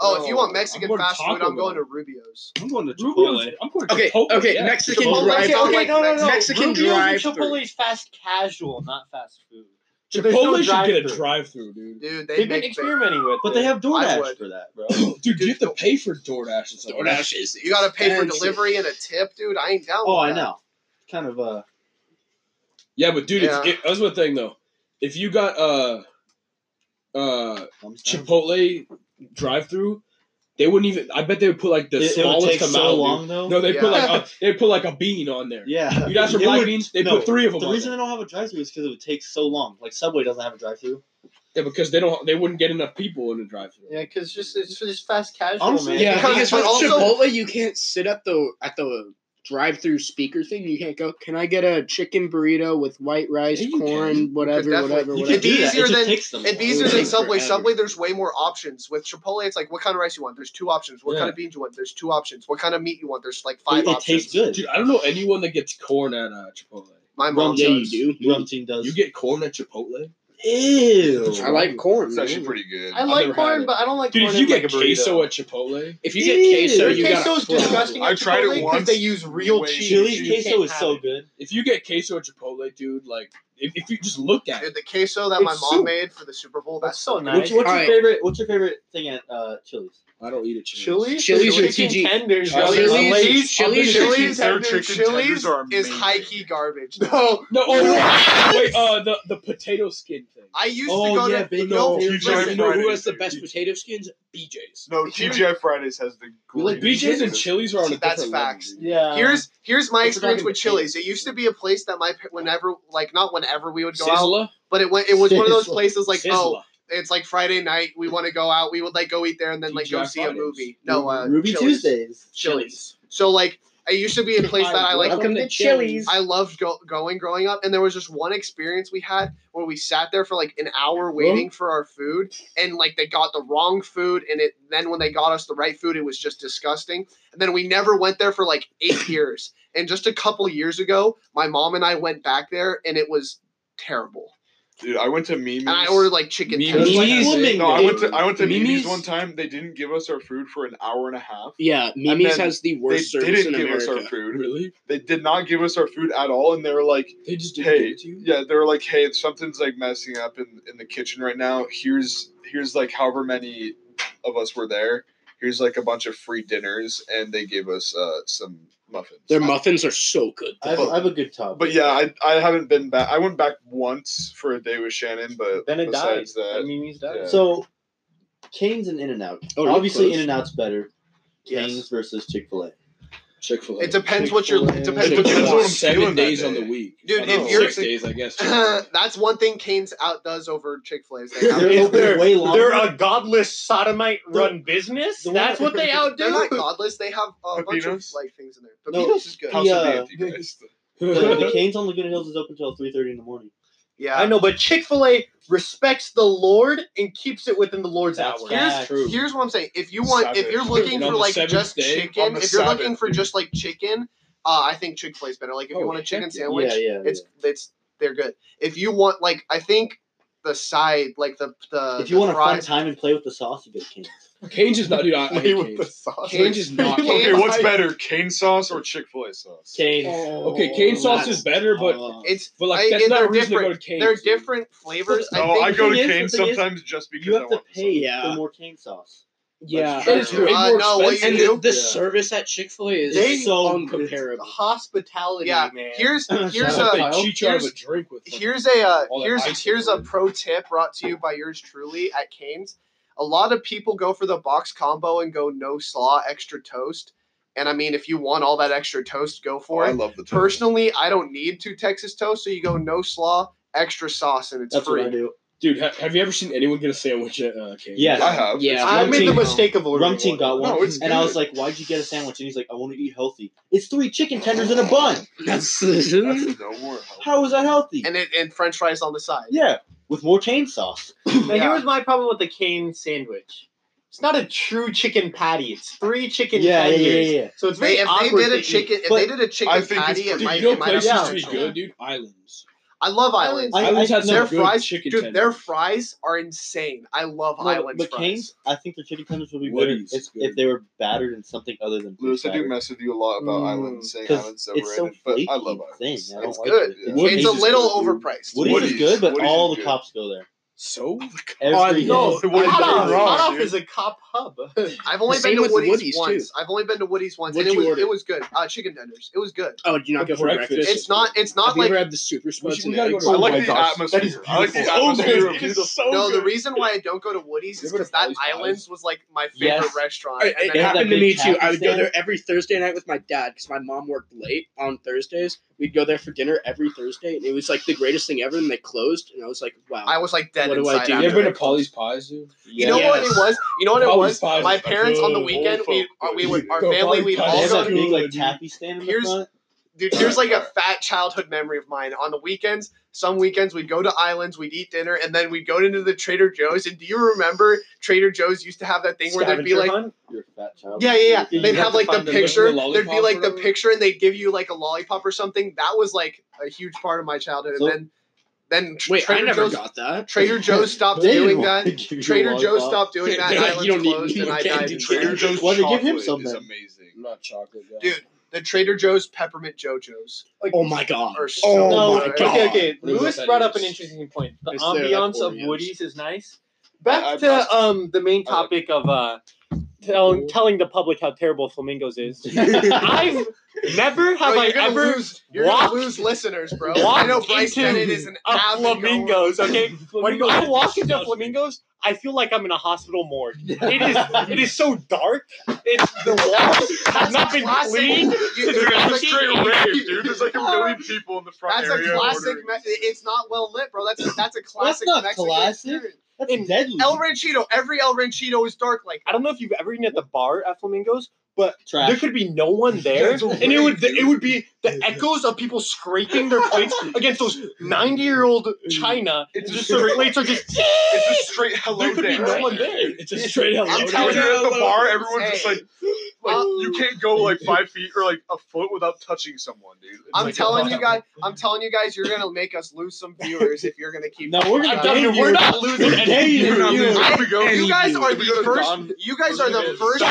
D: Oh, if you want Mexican
C: I'm going to
D: fast
C: Taco
D: food, I'm going to
C: Bell.
D: Rubio's.
E: I'm going to
C: Rubio's- I'm going to
B: Okay,
C: Chipotle,
B: okay,
C: yeah.
B: Mexican
D: Chipotle,
B: drive.
D: okay, okay, no, no, no.
B: Mexican
F: Rubio's and
B: drive-thru.
F: Chipotle's fast casual, not fast food.
G: If there's
C: Chipotle
G: no
C: should get a
G: drive-through.
C: drive-through, dude.
D: Dude,
F: They've
D: they
F: been
D: make
F: experimenting with
E: But
F: it.
E: they have DoorDash
D: would.
E: for that, bro.
C: Dude, you have to pay for DoorDash and stuff.
D: ba- You gotta pay for
C: expensive.
D: delivery and a tip, dude. I ain't down.
E: oh,
D: with
E: I
D: that.
E: know. Kind of uh,
C: Yeah, but dude,
D: Yeah.
C: It's, it, that's one thing though. If you got uh uh
E: thumbs down.
C: Chipotle drive-through, they wouldn't even. I bet they would put like the
E: It, it would
C: smallest
E: take
C: amount.
E: so
C: dude.
E: long though.
C: No, they
D: Yeah.
C: put like a, they put like a bean on there.
E: Yeah.
C: You guys for
E: It
C: black
E: would-
C: beans? They
E: no.
C: put three of them.
E: The
C: on
E: reason
C: there.
E: they don't have a drive-through is because it would take so long. Like Subway doesn't have a drive-through.
C: Yeah, because they don't. They wouldn't get enough people in the drive-through.
G: Yeah, because just it's just fast casual,
E: Honestly,
G: man.
B: Yeah,
D: Because-
B: because
D: but
B: with
D: also-
B: Chipotle, you can't sit at the at the drive-through speaker thing. You can't go. Can I get a chicken burrito with white rice,
C: Yeah, you
B: corn,
C: can.
B: whatever,
D: You could
B: whatever,
D: definitely- you
B: whatever?
D: could
E: It'd
D: be easier
E: it just
D: than-
E: takes them.
D: It'd be
E: long.
D: easier
B: It would
D: than
B: take
D: Subway.
B: forever.
D: Subway, there's way more options. With Chipotle, it's like, what kind of rice you want? There's two options. What
C: Yeah.
D: kind of beans you want? There's two options. What kind of meat you want? There's like five
E: It, it
D: options.
E: tastes good.
C: Dude, I don't know anyone that gets corn at uh, Chipotle.
D: My
E: Rum
D: mom
B: yeah,
E: does.
B: you do.
E: Rum team does.
C: You get corn at Chipotle,
E: Ew.
B: I like corn.
A: It's
B: man.
A: actually pretty good.
G: I
C: never
G: like
C: had
G: corn,
C: it.
G: but I don't like
C: dude.
G: corn.
C: If you
G: in,
C: get
G: like a burrito.
C: queso at Chipotle,
B: If you get queso,
E: Ew.
B: you
G: Their
B: got
G: queso is disgusting.
A: I
G: at
A: tried it
G: Chipotle 'cause
A: once.
G: They use real
A: Way
G: cheese.
E: Chili
A: You
E: queso is so good.
C: if you get queso at Chipotle, dude, like if, if you just look at it,
D: Dude, the queso that my
C: It's
D: mom
C: soup.
D: made for the Super Bowl.
G: That's
D: That's
G: so nice.
E: What's, what's your
B: Alright.
E: favorite? What's your favorite thing at uh, Chili's?
C: I don't eat it.
G: Chili?
B: Chili's or
F: Chicken
B: TG?
F: tenders.
C: Uh,
F: yo, they're
B: Chili's-
F: late.
B: Chili's- Chili's-
A: Chili's-
D: Chili's,
A: their
D: and their
A: chicken tenders
D: Chili's
A: are
D: is
A: amazing.
D: high key garbage.
G: No,
C: No, oh, wait, uh, the the potato skin thing.
D: I used
E: Oh,
D: to go
E: yeah,
D: to
E: big
D: no.
E: old-
A: TGI
D: listen,
C: You know who
A: Fridays,
C: has the
A: dude.
C: best potato skins? BJ's.
A: No, TGI Fridays has the
C: You like
A: greatest.
C: BJ's and Chili's are on a
D: That's
C: different
D: facts.
C: level. dude.
F: Um,
E: Yeah.
D: Here's here's my
C: I forgot
D: experience
C: to
D: with
C: say
D: Chili's. It used to be a place that my pa- whenever like not whenever we would go out,
C: Sizzla,
D: but it went, it was one of those
E: Sizzla.
D: places like oh
C: Sizzla.
D: it's like Friday night. We want to go out. We would like go eat there and then like go
C: TGI
D: see a
C: Fridays.
D: movie. No, uh,
E: Ruby
D: Chili's.
E: Tuesdays.
D: Chili's. So like it used to be a place that I like.
B: Welcome to Chili's.
D: I loved go- going growing up, and there was just one experience we had where we sat there for like an hour waiting for our food, and like they got the wrong food, and it then when they got us the right food, it was just disgusting. And then we never went there for like eight years, and just a couple years ago, my mom and I went back there, and it was terrible.
A: Dude, I went to Mimi's.
D: And I ordered like chicken.
C: Mimi's.
D: tenders.
C: Like,
B: Mimi's.
E: Flamingo.
A: No, I went to I went to Mimi's,
C: Mimi's?
A: one time. They didn't give us our food for an hour and a half.
B: Yeah, Mimi's
A: then
B: has the
A: They
B: worst service
A: didn't
B: in
A: give us
B: America.
A: our food.
C: Really?
A: They did not give us our food at all, and they were like,
C: They just didn't give
A: "Hey,
C: it to you.
A: yeah," they were like, "Hey, something's like messing up in in the kitchen right now. Here's here's like however many of us were there. Here's like a bunch of free dinners, and they gave us uh some muffins.
B: Their muffins are so good.
E: I have, I have a good tub.
A: But yeah, I, I haven't been back. I went back once for a day with Shannon, but
F: Then it died.
A: besides
F: I
A: that,
F: mean, he's died.
A: yeah.
E: so, Canes and In and Out.
B: Oh, really
E: Obviously,
B: close.
E: In and Out's better.
D: Yes.
E: Canes versus Chick Fil A.
C: Chick Fil A.
D: It depends what you're. It depends.
A: It
D: It
A: depends
D: depends
A: on what I'm
C: seven
A: feeling that
C: days on
A: day.
C: the week.
D: Dude,
C: I
D: if
C: know,
D: you're-
C: six days, I guess.
D: That's one thing Canes outdoes over Chick Fil A's.
E: They're
D: They're
E: open
F: they're-
E: way longer.
F: They're a godless sodomite run business.
E: the one-
F: That's what they outdo.
D: not godless. They have a bunch of
A: Pepinos?
D: like things in there.
E: No.
D: Pepinos is good.
A: House
E: Yeah.
A: of the Antichrist.
E: the, the Canes on Laguna Hills is open until three thirty in the morning.
D: Yeah.
G: I know, but Chick Fil A respects the Lord and keeps it within the Lord's
E: That's
G: hours.
E: fact.
G: Here's-
C: True.
D: Here's what I'm saying. If you want, if
A: Sabbath.
D: you're looking
C: And
D: for
C: on the
D: like
C: seventh
D: just
C: day,
A: on
D: chicken,
A: the
D: if you're looking
A: Sabbath,
D: for
A: dude.
D: just like chicken, uh, I think Chick Fil A's better. Like if
C: Oh,
D: you want a
C: heck
D: chicken
C: yeah.
D: sandwich,
E: yeah, yeah.
D: it's
E: yeah.
D: it's they're good. If you want like I think the side like the the
E: if you
D: the
E: want a fun
D: fries,
E: time and play with the sauce, you go to Canes.
C: Cane's is not, dude. I, I hate
G: with the
C: Cane's.
G: sauce.
C: Cane's is not.
G: Cane's-
A: Okay, what's better, cane sauce or Chick Fil A sauce?
E: Canes.
B: Oh,
C: Okay, cane sauce is better, but
E: Uh,
D: it's
C: but
D: I-
C: like that's
D: and
C: not a
D: they're
C: reason to go to
D: different.
C: Cane's.
D: they're
C: dude.
D: different flavors.
E: But-
D: I
A: Oh,
D: think
A: I go to
E: thing is-
A: cane
E: the thing is,
A: sometimes just because
E: you
A: I
E: have to
A: want
E: pay
B: Yeah.
E: for more cane sauce.
B: yeah.
A: That's
C: It's,
A: true.
C: it's
D: Uh,
C: more
D: no, what you
B: And
C: expensive.
B: the, the
E: Yeah.
B: service at Chick Fil A is
G: They-
B: so
G: The
B: uncomparable.
G: hospitality,
D: Yeah,
G: man.
D: here's here's
E: Shout out
D: a
E: to
C: they cheat you out of a
D: here's-
C: drink with. fucking-
D: here's a uh,
C: All that
D: here's
C: ice
D: here's
C: in
D: a
C: it.
D: pro tip brought to you by yours truly at Canes. A lot of people go for the box combo and go no slaw, extra toast. And I mean, if you want all that extra toast, go
A: Oh,
D: for
A: I
D: it.
A: love the toast.
D: Personally, I don't need two Texas toast, so you go no slaw, extra sauce, and it's
E: That's what I
D: free.
E: do.
C: dude. Ha- have you ever seen anyone get a sandwich at uh, Cane's?
E: Yes.
A: I have.
B: Yeah.
G: I made the
E: Rumteen.
G: mistake of ordering.
E: Rumteen got one,
A: No, it's
E: and I was
A: good.
E: like, "Why'd you get a sandwich?" And he's like, "I want to eat healthy. It's three chicken tenders in a bun.
B: That's
A: That's no more help.
E: How is that healthy?"
D: And it and French fries on the side.
E: yeah, with more cane sauce.
G: Now,
D: Yeah.
G: here was my problem with the cane sandwich. It's not a true chicken patty. It's three chicken
E: Yeah, yeah,
G: tenders.
E: yeah, yeah.
G: So it's very
D: They- if they
G: awkward
D: did
G: to
D: a
G: eat.
D: chicken, if
E: But
D: they did a chicken
A: I think it's
D: patty, it
A: pretty
C: dude,
D: might,
C: you know
D: it might
C: places
G: yeah.
D: have
C: to be good, dude. Islands.
D: I love islands.
E: I-
C: Islands had some
D: their
C: good
D: fries,
C: chicken
D: dude.
C: tenders.
D: Their fries are insane. I love
E: No,
D: islands
E: but
D: fries.
E: Cane's, I think the chicken tenders would be better
C: Woody's
E: if,
C: good.
E: if they were battered in something other than
A: Lewis, I do
E: batter.
A: mess with you a lot about
D: Mm,
A: islands, saying
E: 'cause
A: islands
E: It's so
A: overrated, but I love
E: flaky
A: islands.
E: thing. I don't
D: It's
E: like
D: good.
E: it.
A: yeah.
E: It
C: Woody's
D: it's a
E: tastes
D: little
E: good, dude.
D: overpriced.
E: Woody's,
A: Woody's-
E: is good, but
A: Woody's
E: all
A: is
E: the
A: good.
E: cops go there.
C: So
B: Uh,
E: Every day.
B: no,
A: It would've
B: Hot
A: been
B: Off-
A: wrong,
B: Hot Off
A: dude.
B: is a cop hub.
D: I've only
B: Same
D: been
B: with
D: to Woody's,
B: Woody's, too.
D: once. I've only been to Woody's once,
B: What'd
D: and it
B: you
D: was
B: order?
D: it was good. Uh, chicken tenders. It was good.
B: Oh, do you not
C: The
B: go for breakfast?
C: breakfast. It's
D: It's not. It's not
B: Have you
D: like
B: ever had the super spuds
C: we
B: and
C: gotta go
B: eggs?
C: to-
A: I
C: Oh
A: like
C: my
A: the
C: gosh,
A: atmosphere.
F: that is
A: I like the
F: beautiful. Oh,
A: atmosphere
F: dude,
A: of
F: it is
A: Beatles.
F: so
D: no. The
F: good.
D: reason why I don't go to Woody's is
C: You ever
D: because that
C: to Polly's Pies?
D: islands was like my favorite
F: Yes.
D: restaurant.
B: It,
D: and
B: it
D: then
E: have
B: happened
E: that
B: to me
E: big
B: too.
E: taffy
B: I would go
E: stand?
B: there every Thursday night with my dad because my mom worked late on Thursdays. We'd go there for dinner every Thursday, and it was like the greatest thing ever. And they closed, and I was like, "Wow!"
D: I was like dead
B: What do I
D: inside.
B: do?
C: you
D: after
C: ever been to
D: that.
C: Polly's Pies, dude?
D: You know what it
B: Yes.
D: was? You know what it
C: Polly's
D: was?
C: Pies
D: My
C: is a
D: parents on the
C: good
D: weekend, we uh,
A: old
D: we
A: folk
D: would our
C: Go
D: family
C: Polly's
D: we'd
C: Pies.
E: They
D: all
E: have
D: go
E: that
D: to
C: Good,
E: big like
C: dude.
E: taffy stand in the
D: Here's-
E: front.
D: dude, here's like a fat childhood memory of mine. On the weekends, some weekends we'd go to islands, we'd eat dinner, and then we'd go into the Trader Joe's. And do you remember Trader Joe's used to have that thing where there'd be
G: Scavenger
D: like,
G: hunt?
E: You're a fat child.
D: yeah, yeah, yeah.
E: You're-
D: They'd
C: have
D: have
C: to
D: like the
C: find the little
D: picture. There'd
C: lollipop
D: be
C: or
D: like the
C: whatever.
D: picture, and they'd give you like a lollipop or something. That was like a huge part of my childhood.
E: So-
D: And then, then Tr-
B: Wait,
D: Trader
B: I never
D: Joe's,
B: got that.
D: Trader Joe's stopped
E: They didn't
D: doing
E: want
D: that.
E: to give you a
D: Trader Joe's
E: lollipop.
D: stopped doing
B: They're
D: that.
B: like,
D: Islands
B: "You don't need-
D: closed,
B: you
D: and I
B: can't
D: died
B: do
D: inside.
A: Trader Joe's
E: Well, they give
A: chocolate
E: him
A: is
E: something.
A: amazing.
C: I'm not chocolate guy.
D: Dude, the Trader Joe's peppermint JoJo's
B: Oh my god!
D: are so
B: Oh
F: no,
B: my
D: good.
B: God.
F: okay, okay.
C: What about
F: Lewis
C: that
F: brought up an
C: is?
F: interesting point. The
B: It's there, that
F: ambiance of
B: Oreos.
F: Woody's is nice.
A: I- I-
F: Back to um the main
A: I like-
F: topic of uh tell, telling the public how terrible flamingos is. I've never have
D: Bro,
F: I
D: you're gonna
F: ever
D: lose, you're gonna
F: walked-
D: lose listeners, bro. I
F: walked
D: know Bryce
F: into
D: Bennett is an
F: a
D: avid
F: flamingos.
D: goer.
F: Okay, when I walk into flamingos, I feel like I'm in a hospital morgue. It is it is so dark. It's the walls
D: That's
F: have not
D: a
F: been
D: classic-
F: cleaned.
D: you-
F: Dude,
D: that's
F: that's
D: a-
F: a straight rave,
A: dude. There's like a million people in the front
D: That's a
A: area.
D: classic. Me- it's not well lit, bro. That's a, that's a classic
E: not
D: Mexican
E: classic.
D: experience.
E: That's
F: In
E: deadly.
D: El Ranchito. Every El Ranchito is dark like
F: I don't know if you've ever eaten at the bar at flamingos, but there
E: Trash.
F: could be no one there,
A: That's a
F: and it would
A: rave,
F: it would be the echoes of people scraping their plates against those ninety year old china.
A: It's
F: and
A: a
F: just their
A: straight-
F: plates are just
A: It's a straight hello
F: there could be
A: dance.
F: no one there.
C: It's a straight hello.
A: I'm telling you, at the bar, everyone's just
D: Hey. Oh.
A: like, like you can't go like five feet or like a foot without touching someone, dude. It's
D: I'm
A: like-
D: telling you guys. I'm telling you guys. You're gonna make us lose some viewers if you're gonna keep.
E: No, we're gonna
D: Uh,
E: date
F: Dude, we're not losing any.
A: You're not
E: you.
A: losing. Here we go.
D: You guys are
A: If we go
D: the
A: to
D: first.
A: Don-
D: You guys are the first.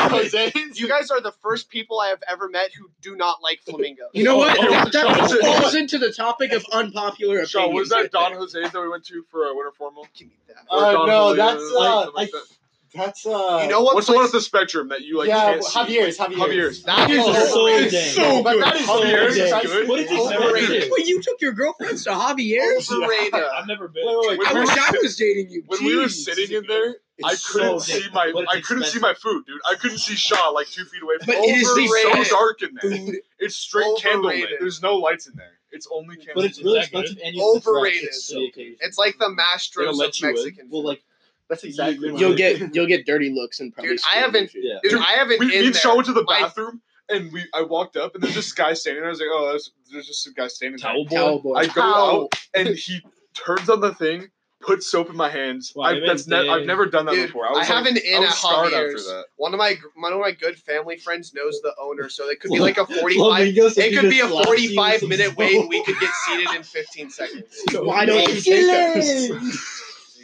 D: You guys are the first people I have ever met who do not like flamingos.
B: You know what?
A: Oh,
B: that that
A: oh, oh,
B: falls into the topic of unpopular opinions.
A: Sean, was that
B: right
A: Don
B: there.
A: Jose's that we went to for our winter formal?
D: Give me that.
A: Or
G: Uh,
A: Don
G: no,
A: Julio's,
G: that's,
A: something
G: uh,
A: like that?
G: That's uh.
D: You know what?
A: What's the one
D: place-
A: at the spectrum that you like
G: yeah,
A: can't see?
G: Javier's. Javier's.
A: Javier's.
D: That
G: Here's
D: is
G: a
E: so
D: overrated.
E: dang-
A: So
G: But
A: good.
G: that is
A: Javier's
G: so
A: is
G: dang.
A: good.
G: What is this
D: Overrated.
G: overrated?
B: Wait, you took your girlfriend's to Javier's?
D: Overrated.
C: I've never been.
G: Wait, wait,
A: Oh, When
B: I
A: we were
B: wish I
A: sit-
B: was dating you.
A: When we were
B: Jeez.
A: sitting in there, I
G: It's
A: couldn't
G: so
A: see
G: big.
A: my
G: What
A: I
G: it's
A: couldn't see my food, dude. I couldn't see Sean like two feet away from
B: But
A: me.
B: it is the
A: It's
D: Overrated.
A: so dark in there.
D: Food
A: It's straight candlelit.
D: Overrated.
A: There's no lights in there. It's only candlelit.
E: But it's really
C: Is that good?
E: expensive and you
D: Overrated.
E: It's so good.
D: It's like the
C: They don't
D: masters
C: let
D: of
C: you in.
D: Mexican food.
E: Well, like
G: That's exactly.
E: You-
G: what
B: You'll
G: it is.
B: get you'll get dirty looks and probably.
D: Dude, I
B: scream.
D: haven't-
E: yeah.
D: Dude, I haven't
A: we,
D: in
A: me and Sean
D: there.
A: went to the
D: My-
A: bathroom and we I walked up and there's this guy standing there. I was like, oh, there's, there's just some guy standing there.
C: Towel boy.
B: Towel boy.
A: I go
D: Towel.
A: out and he turns on the thing, puts soap in my hands.
C: Wow,
A: I,
C: you
A: that's
C: meant
A: ne- I've
C: big.
A: never done that
D: Dude,
A: before. I,
D: I,
A: was
D: have an
A: like,
D: in
A: I
D: at
A: was scarred after
D: Javier's.
A: that.
D: One of my one of my good family friends knows the owner, so it could be like a forty-five.
E: Flamingos, if
D: It
E: you
D: could
E: just
D: be a
E: slapped you
D: forty-five
E: with
D: minute
E: some
D: wait, and
E: soap.
D: we could get seated in fifteen seconds.
B: Why don't you take us?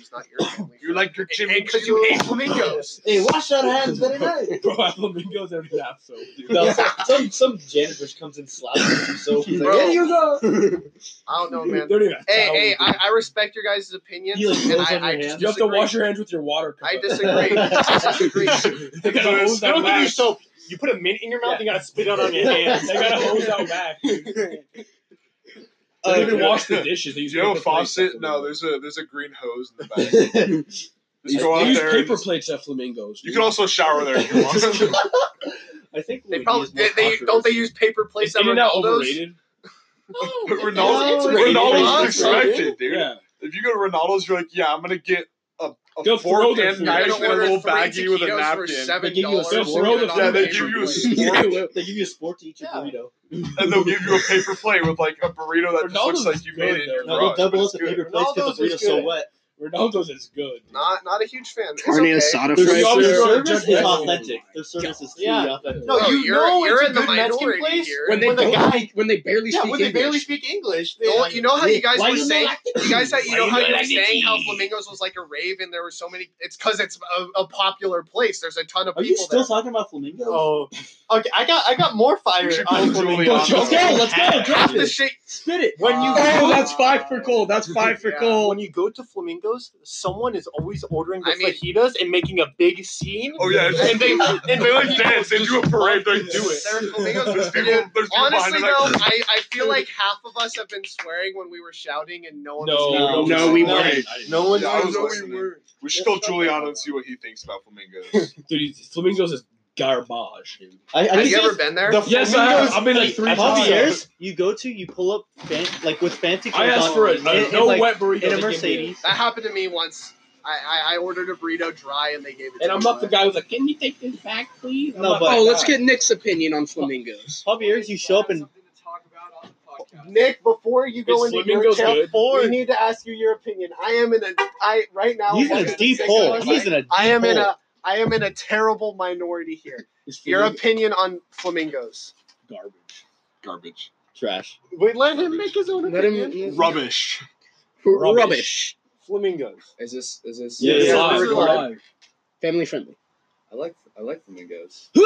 D: He's not your family.
A: You like your Jimmy
D: because you hate flamingos.
E: Hey, wash our hands very nice.
C: Bro, I have flamingos every half so. dude.
E: No, some- some some janitor comes and slaps him. So he's like,
D: Bro.
E: "Here you go."
D: I don't know, man.
C: They don't even have
D: Hey,
C: towels,
D: hey,
C: dude.
D: I, I respect your guys' opinions,
E: You, like,
D: and
E: blows on
D: I, I
E: your
D: just
E: hand.
C: You have to
D: disagree.
C: wash your hands with your water. Cup.
D: I disagree. I disagree.
C: they gotta hose
F: You
C: out
F: don't get any
C: back.
F: soap. You put a mint in your mouth,
C: Yeah.
F: you gotta spit it on your hands.
C: They gotta hose out back. They don't even wash the dishes. They
A: Do
C: use
A: you have
C: paper
A: a
C: plates at
A: faucet? No,
C: Flamingos.
A: there's a there's a green hose in the back. Just go
C: They
A: out
C: use
A: there. and-
C: paper plates at flamingos.
A: you
C: dude.
A: can also shower there if you want.
E: I think
D: They
E: Luigi
D: probably
E: is more
D: they, they
E: controversial.
D: don't they use paper plates
C: Is
D: at
C: In-N-Out
D: Ronaldo's.
C: overrated?
A: Ronaldo,
E: it's rated.
A: Ronaldo's
D: It's rated.
A: expected, dude.
C: Yeah.
A: If you go to Ronaldo's, you're like, yeah, I'm gonna get a, a
C: They'll throw
A: fork
C: their
A: and
C: food.
D: You're
A: knife
D: gonna
A: and a
D: order
A: little
D: three
A: baggie with a
D: taquitos for
A: napkin,
D: seven
E: give you a
D: dollars.
C: They'll throw the-
A: Yeah, they give you a sport,
E: They give you a sport to each
G: Yeah.
E: burrito.
A: and they'll give you a paper plate with like a burrito that just
C: Ronaldo's
A: looks like you made
C: good,
A: it in your
C: though.
E: No,
A: garage.
E: they'll
A: but
E: double up
A: it's
E: the
A: good.
E: paper plates because
G: Ronaldo's
E: the burrito's
G: was
E: so
G: good.
E: wet.
H: Ronaldo's is good.
D: Not not a huge fan. It's
B: Carne
D: okay.
B: asada
H: There's
B: fries.
H: always
B: there.
H: a-
E: Their
H: you're
E: service is
H: judgmental.
E: authentic. Their service is truly
F: Yeah.
E: authentic.
F: No,
D: Bro,
F: you
D: you're,
F: know
D: you're
F: it's
D: in
F: a
D: the
F: good Mexican
D: minority
F: place
D: here.
B: when they
F: when the
B: don't-
F: guy-
B: when they barely
F: Yeah,
B: speak
F: when they
B: English.
F: barely speak English, they
D: You know,
F: like,
D: you know how you guys
F: Why
D: were
F: you don't
D: saying
F: like
D: you guys how you
F: Why
D: know
F: you
D: how
F: don't
D: you were
F: like the
D: saying how
F: tea?
D: flamingos was like a rave and there were so many. It's because it's a, a popular place. There's a ton of
E: Are you
D: people
E: still
D: there.
E: talking about flamingos?
F: oh, okay. I got I got more fire.
A: We should
F: on
A: call Julian.
F: Flamingos.
A: Let's
E: go, let's go,
D: Drop
E: drop
D: the
E: it.
D: shit.
B: Spit it.
F: When you
B: Oh,
F: go,
B: that's five for Cole. That's five for
D: Yeah.
B: Cole.
F: when you go to flamingos, someone is always ordering the
D: I mean-
F: fajitas and making a big scene.
A: Oh yeah, it's-
F: and they
A: they
F: and
A: like
F: people
A: dance. They
F: just
A: do a parade. They
F: love
A: do it.
D: There are flamingos.
A: There's people.
D: Dude,
A: There's people
D: Honestly
A: behind
D: though,
A: the mic.
D: I, I feel like half of us have been swearing when we were shouting and no one
H: No,
D: was.
E: No,
B: no, we
E: no,
B: weren't.
E: I didn't- I didn't.
F: No one
A: Yeah, I
F: knows
A: was
F: what
A: listening. We should call Juliana and see what he thinks about flamingos.
H: Dude, he's- Flamingos is garbage, dude.
E: I, I
D: Have
E: just-
D: you ever been there?
F: The
H: Yes, I have. I've been like three
E: At all the
H: times.
E: years you go to, you pull up fan, like with fancy.
H: I
E: clothes
H: asked
E: on,
H: for a,
E: in-
H: a
E: in,
H: no
E: like,
H: wet burrito
E: in a
H: they gave me.
E: Mercedes.
D: That happened to me once. I, I, I ordered a burrito dry and they gave it.
H: And
D: to
H: I'm
D: me
H: not the
D: wet.
H: guy who's like, "Can you take this back, please?" I'm
E: No,
H: like,
E: but-
B: Oh, let's get Nick's opinion on flamingos.
E: Twelve years, you show up and
F: Nick, before you go
H: Is
F: into your
H: flamingos
F: chapter
H: good?
F: four,
D: We need to ask you your opinion. I am in a I right now.
E: he's
D: I'm
E: in
D: gonna
E: a deep
D: say
E: hole.
D: something.
E: He's in a deep
D: I am
E: hole.
D: in a I am in a terrible minority here.
H: It's
D: Your
H: flamingo
D: opinion on flamingos.
H: garbage.
A: Garbage.
E: trash.
F: we let him make his own
B: Let him-
F: opinion.
A: Rubbish.
B: Rubbish.
H: Rubbish.
F: Flamingos.
C: Is this is this?
E: Yeah,
H: it's
D: yeah,
H: live,
D: it's
H: live.
B: Family friendly.
C: I like I like flamingos.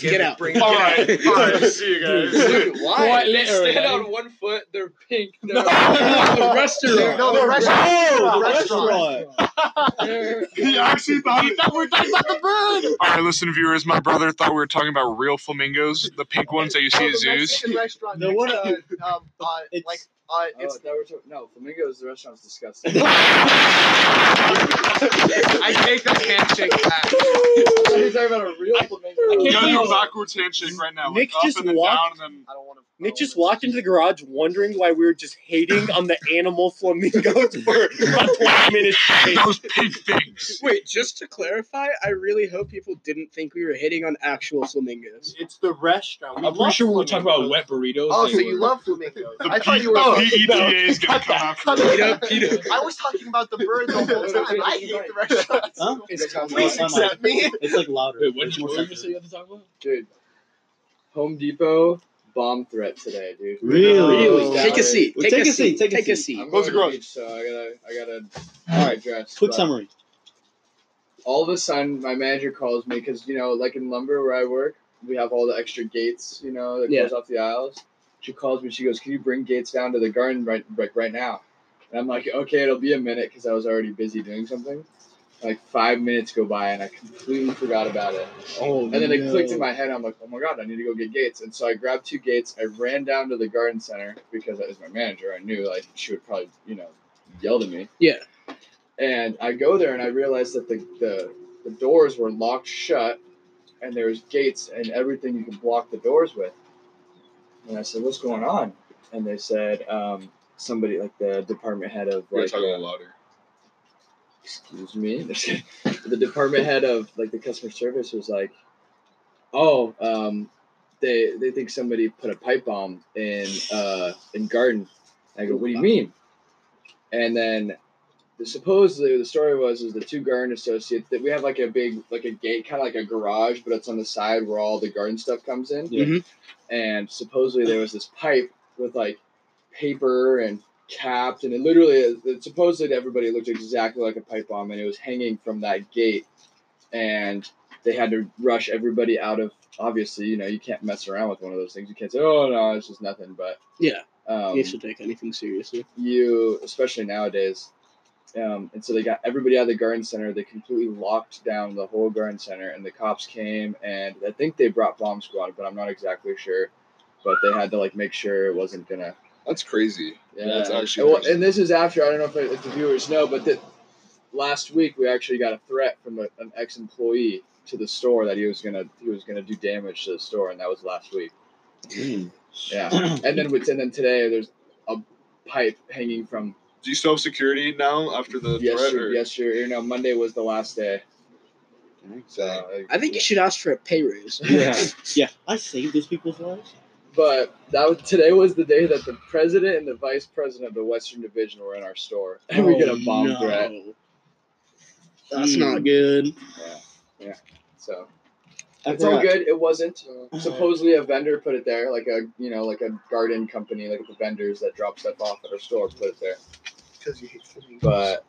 B: Get out.
D: Bring
A: All right. All right. See you guys.
H: Quite literally.
C: Oh,
B: one foot. They're pink. They're
F: No.
B: the restaurant.
D: No, the restaurant.
E: Oh, the
D: Restaurant.
E: restaurant.
B: They're-
A: he actually thought.
F: We thought we were talking about the bird.
A: All right, listen, viewers. My brother thought we were talking about real flamingos, the pink ones that you see
D: Oh,
A: at
D: the
A: zoos.
D: Mexican restaurant.
E: No,
D: next
E: what
D: to, um, uh,
E: It's-
D: like uh,
C: Oh,
D: it's.
C: that we're talking- no, flamingos. The restaurant's disgusting.
D: I take that handshake back.
C: You're talking about a real
A: You
C: flamingo.
F: can't-
A: gotta do a
F: No.
A: backwards handshake right now. Like
F: Nick
A: up
F: just
A: and then down
F: walked-
A: and then.
D: I don't want to.
F: Nick just walked into the garage wondering why we were just hating on the animal flamingos for about 20 minutes straight.
A: Those pink things.
B: Wait, just to clarify, I really hope people didn't think we were hitting on actual flamingos.
F: It's the restaurant.
H: I'm pretty sure we were talking about wet burritos.
D: Oh,
H: They
D: so
H: were-
D: you love flamingos?
A: The
D: I thought you were.
A: P-
F: Oh,
A: PETA is gonna
F: cut
A: come
F: that,
A: after
F: cut
A: us.
F: that.
B: Peter, Peter.
D: I was talking about the bird the whole time. I hate the restaurant.
E: Huh?
D: Please
E: No, no, no.
D: accept me.
E: It's like louder.
H: Wait, what did
E: It's
H: you,
E: more
H: what did you
E: sensitive.
H: say you had to talk about?
C: Dude, Home Depot bomb threat today, dude.
E: Really?
B: Really?
C: Oh,
B: take a
C: sorry.
B: seat.
E: Well,
B: Take, a, seat.
E: take a
B: Take a
E: seat.
B: seat.
C: I'm going
A: Those
C: to
A: are
C: the
A: gross.
C: beach, so I gotta I gotta all right dress.
E: Quick
C: but
E: summary.
C: All of a sudden, my manager calls me because you know, like in lumber where I work, we have all the extra gates, you know, that
B: Yeah.
C: goes off the aisles. She calls me. She goes, "Can you bring gates down to the garden right right, right now?" And I'm like, "Okay, it'll be a minute," because I was already busy doing something. Like five minutes go by, and I completely forgot about it.
E: Oh,
C: And then it clicked in my head. I'm like, oh my god, I need to go get Gates. And so I grabbed two Gates. I ran down to the garden center because that was my manager. I knew like she would probably you know yell at me.
B: Yeah.
C: And I go there and I realized that the the, the doors were locked shut, and there was gates and everything you could block the doors with. And I said, what's going on? And they said, um, somebody like the department head of
A: We're
C: like
A: talking
C: uh,
A: louder.
C: excuse me the department head of like the customer service was like oh um they they think somebody put a pipe bomb in uh in garden i go what do you mean and then the- supposedly the story was is the two garden associates that we have like a big like a gate kind of like a garage but it's on the side where all the garden stuff comes in
B: Yeah. Mhm.
C: and supposedly there was this pipe with like paper and capped and it literally it supposedly to everybody it looked exactly like a pipe bomb and it was hanging from that gate and they had to rush everybody out of obviously you know you can't mess around with one of those things you can't say oh no it's just nothing but
B: Yeah.
C: um,
B: you should take anything seriously.
C: you especially nowadays um, and so they got everybody out of the garden center they completely locked down the whole garden center and the cops came and i think they brought bomb squad but i'm not exactly sure but they had to like make sure it wasn't gonna
A: That's crazy.
C: yeah
A: That's actually
C: and, well,
A: crazy.
C: and this is after i don't know if, if the viewers know but that last week we actually got a threat from a, an ex-employee to the store that he was gonna he was gonna do damage to the store and that was last week yeah and then with and then today there's a pipe hanging from
A: Do you still have security now after the
C: Yes,
A: threat?
C: sir.
A: Or?
C: Yes, sir. You know, Monday was the last day.
A: Dang.
C: uh,
B: I think you should ask for a pay raise.
E: Yeah. yeah. I saved those people's lives.
I: But that was, today was the day that the president and the vice president of the Western Division were in our store, and we
C: Oh,
I: get a bomb threat.
B: That's
I: Hmm.
B: not good.
I: So
B: I
I: it's all
B: forgot.
I: good. It wasn't.
C: Uh-huh.
I: Supposedly a vendor put it there, like a you know like a garden company, like the vendors that drop stuff off at our store put it there.
D: Because you hate flamingos.
I: But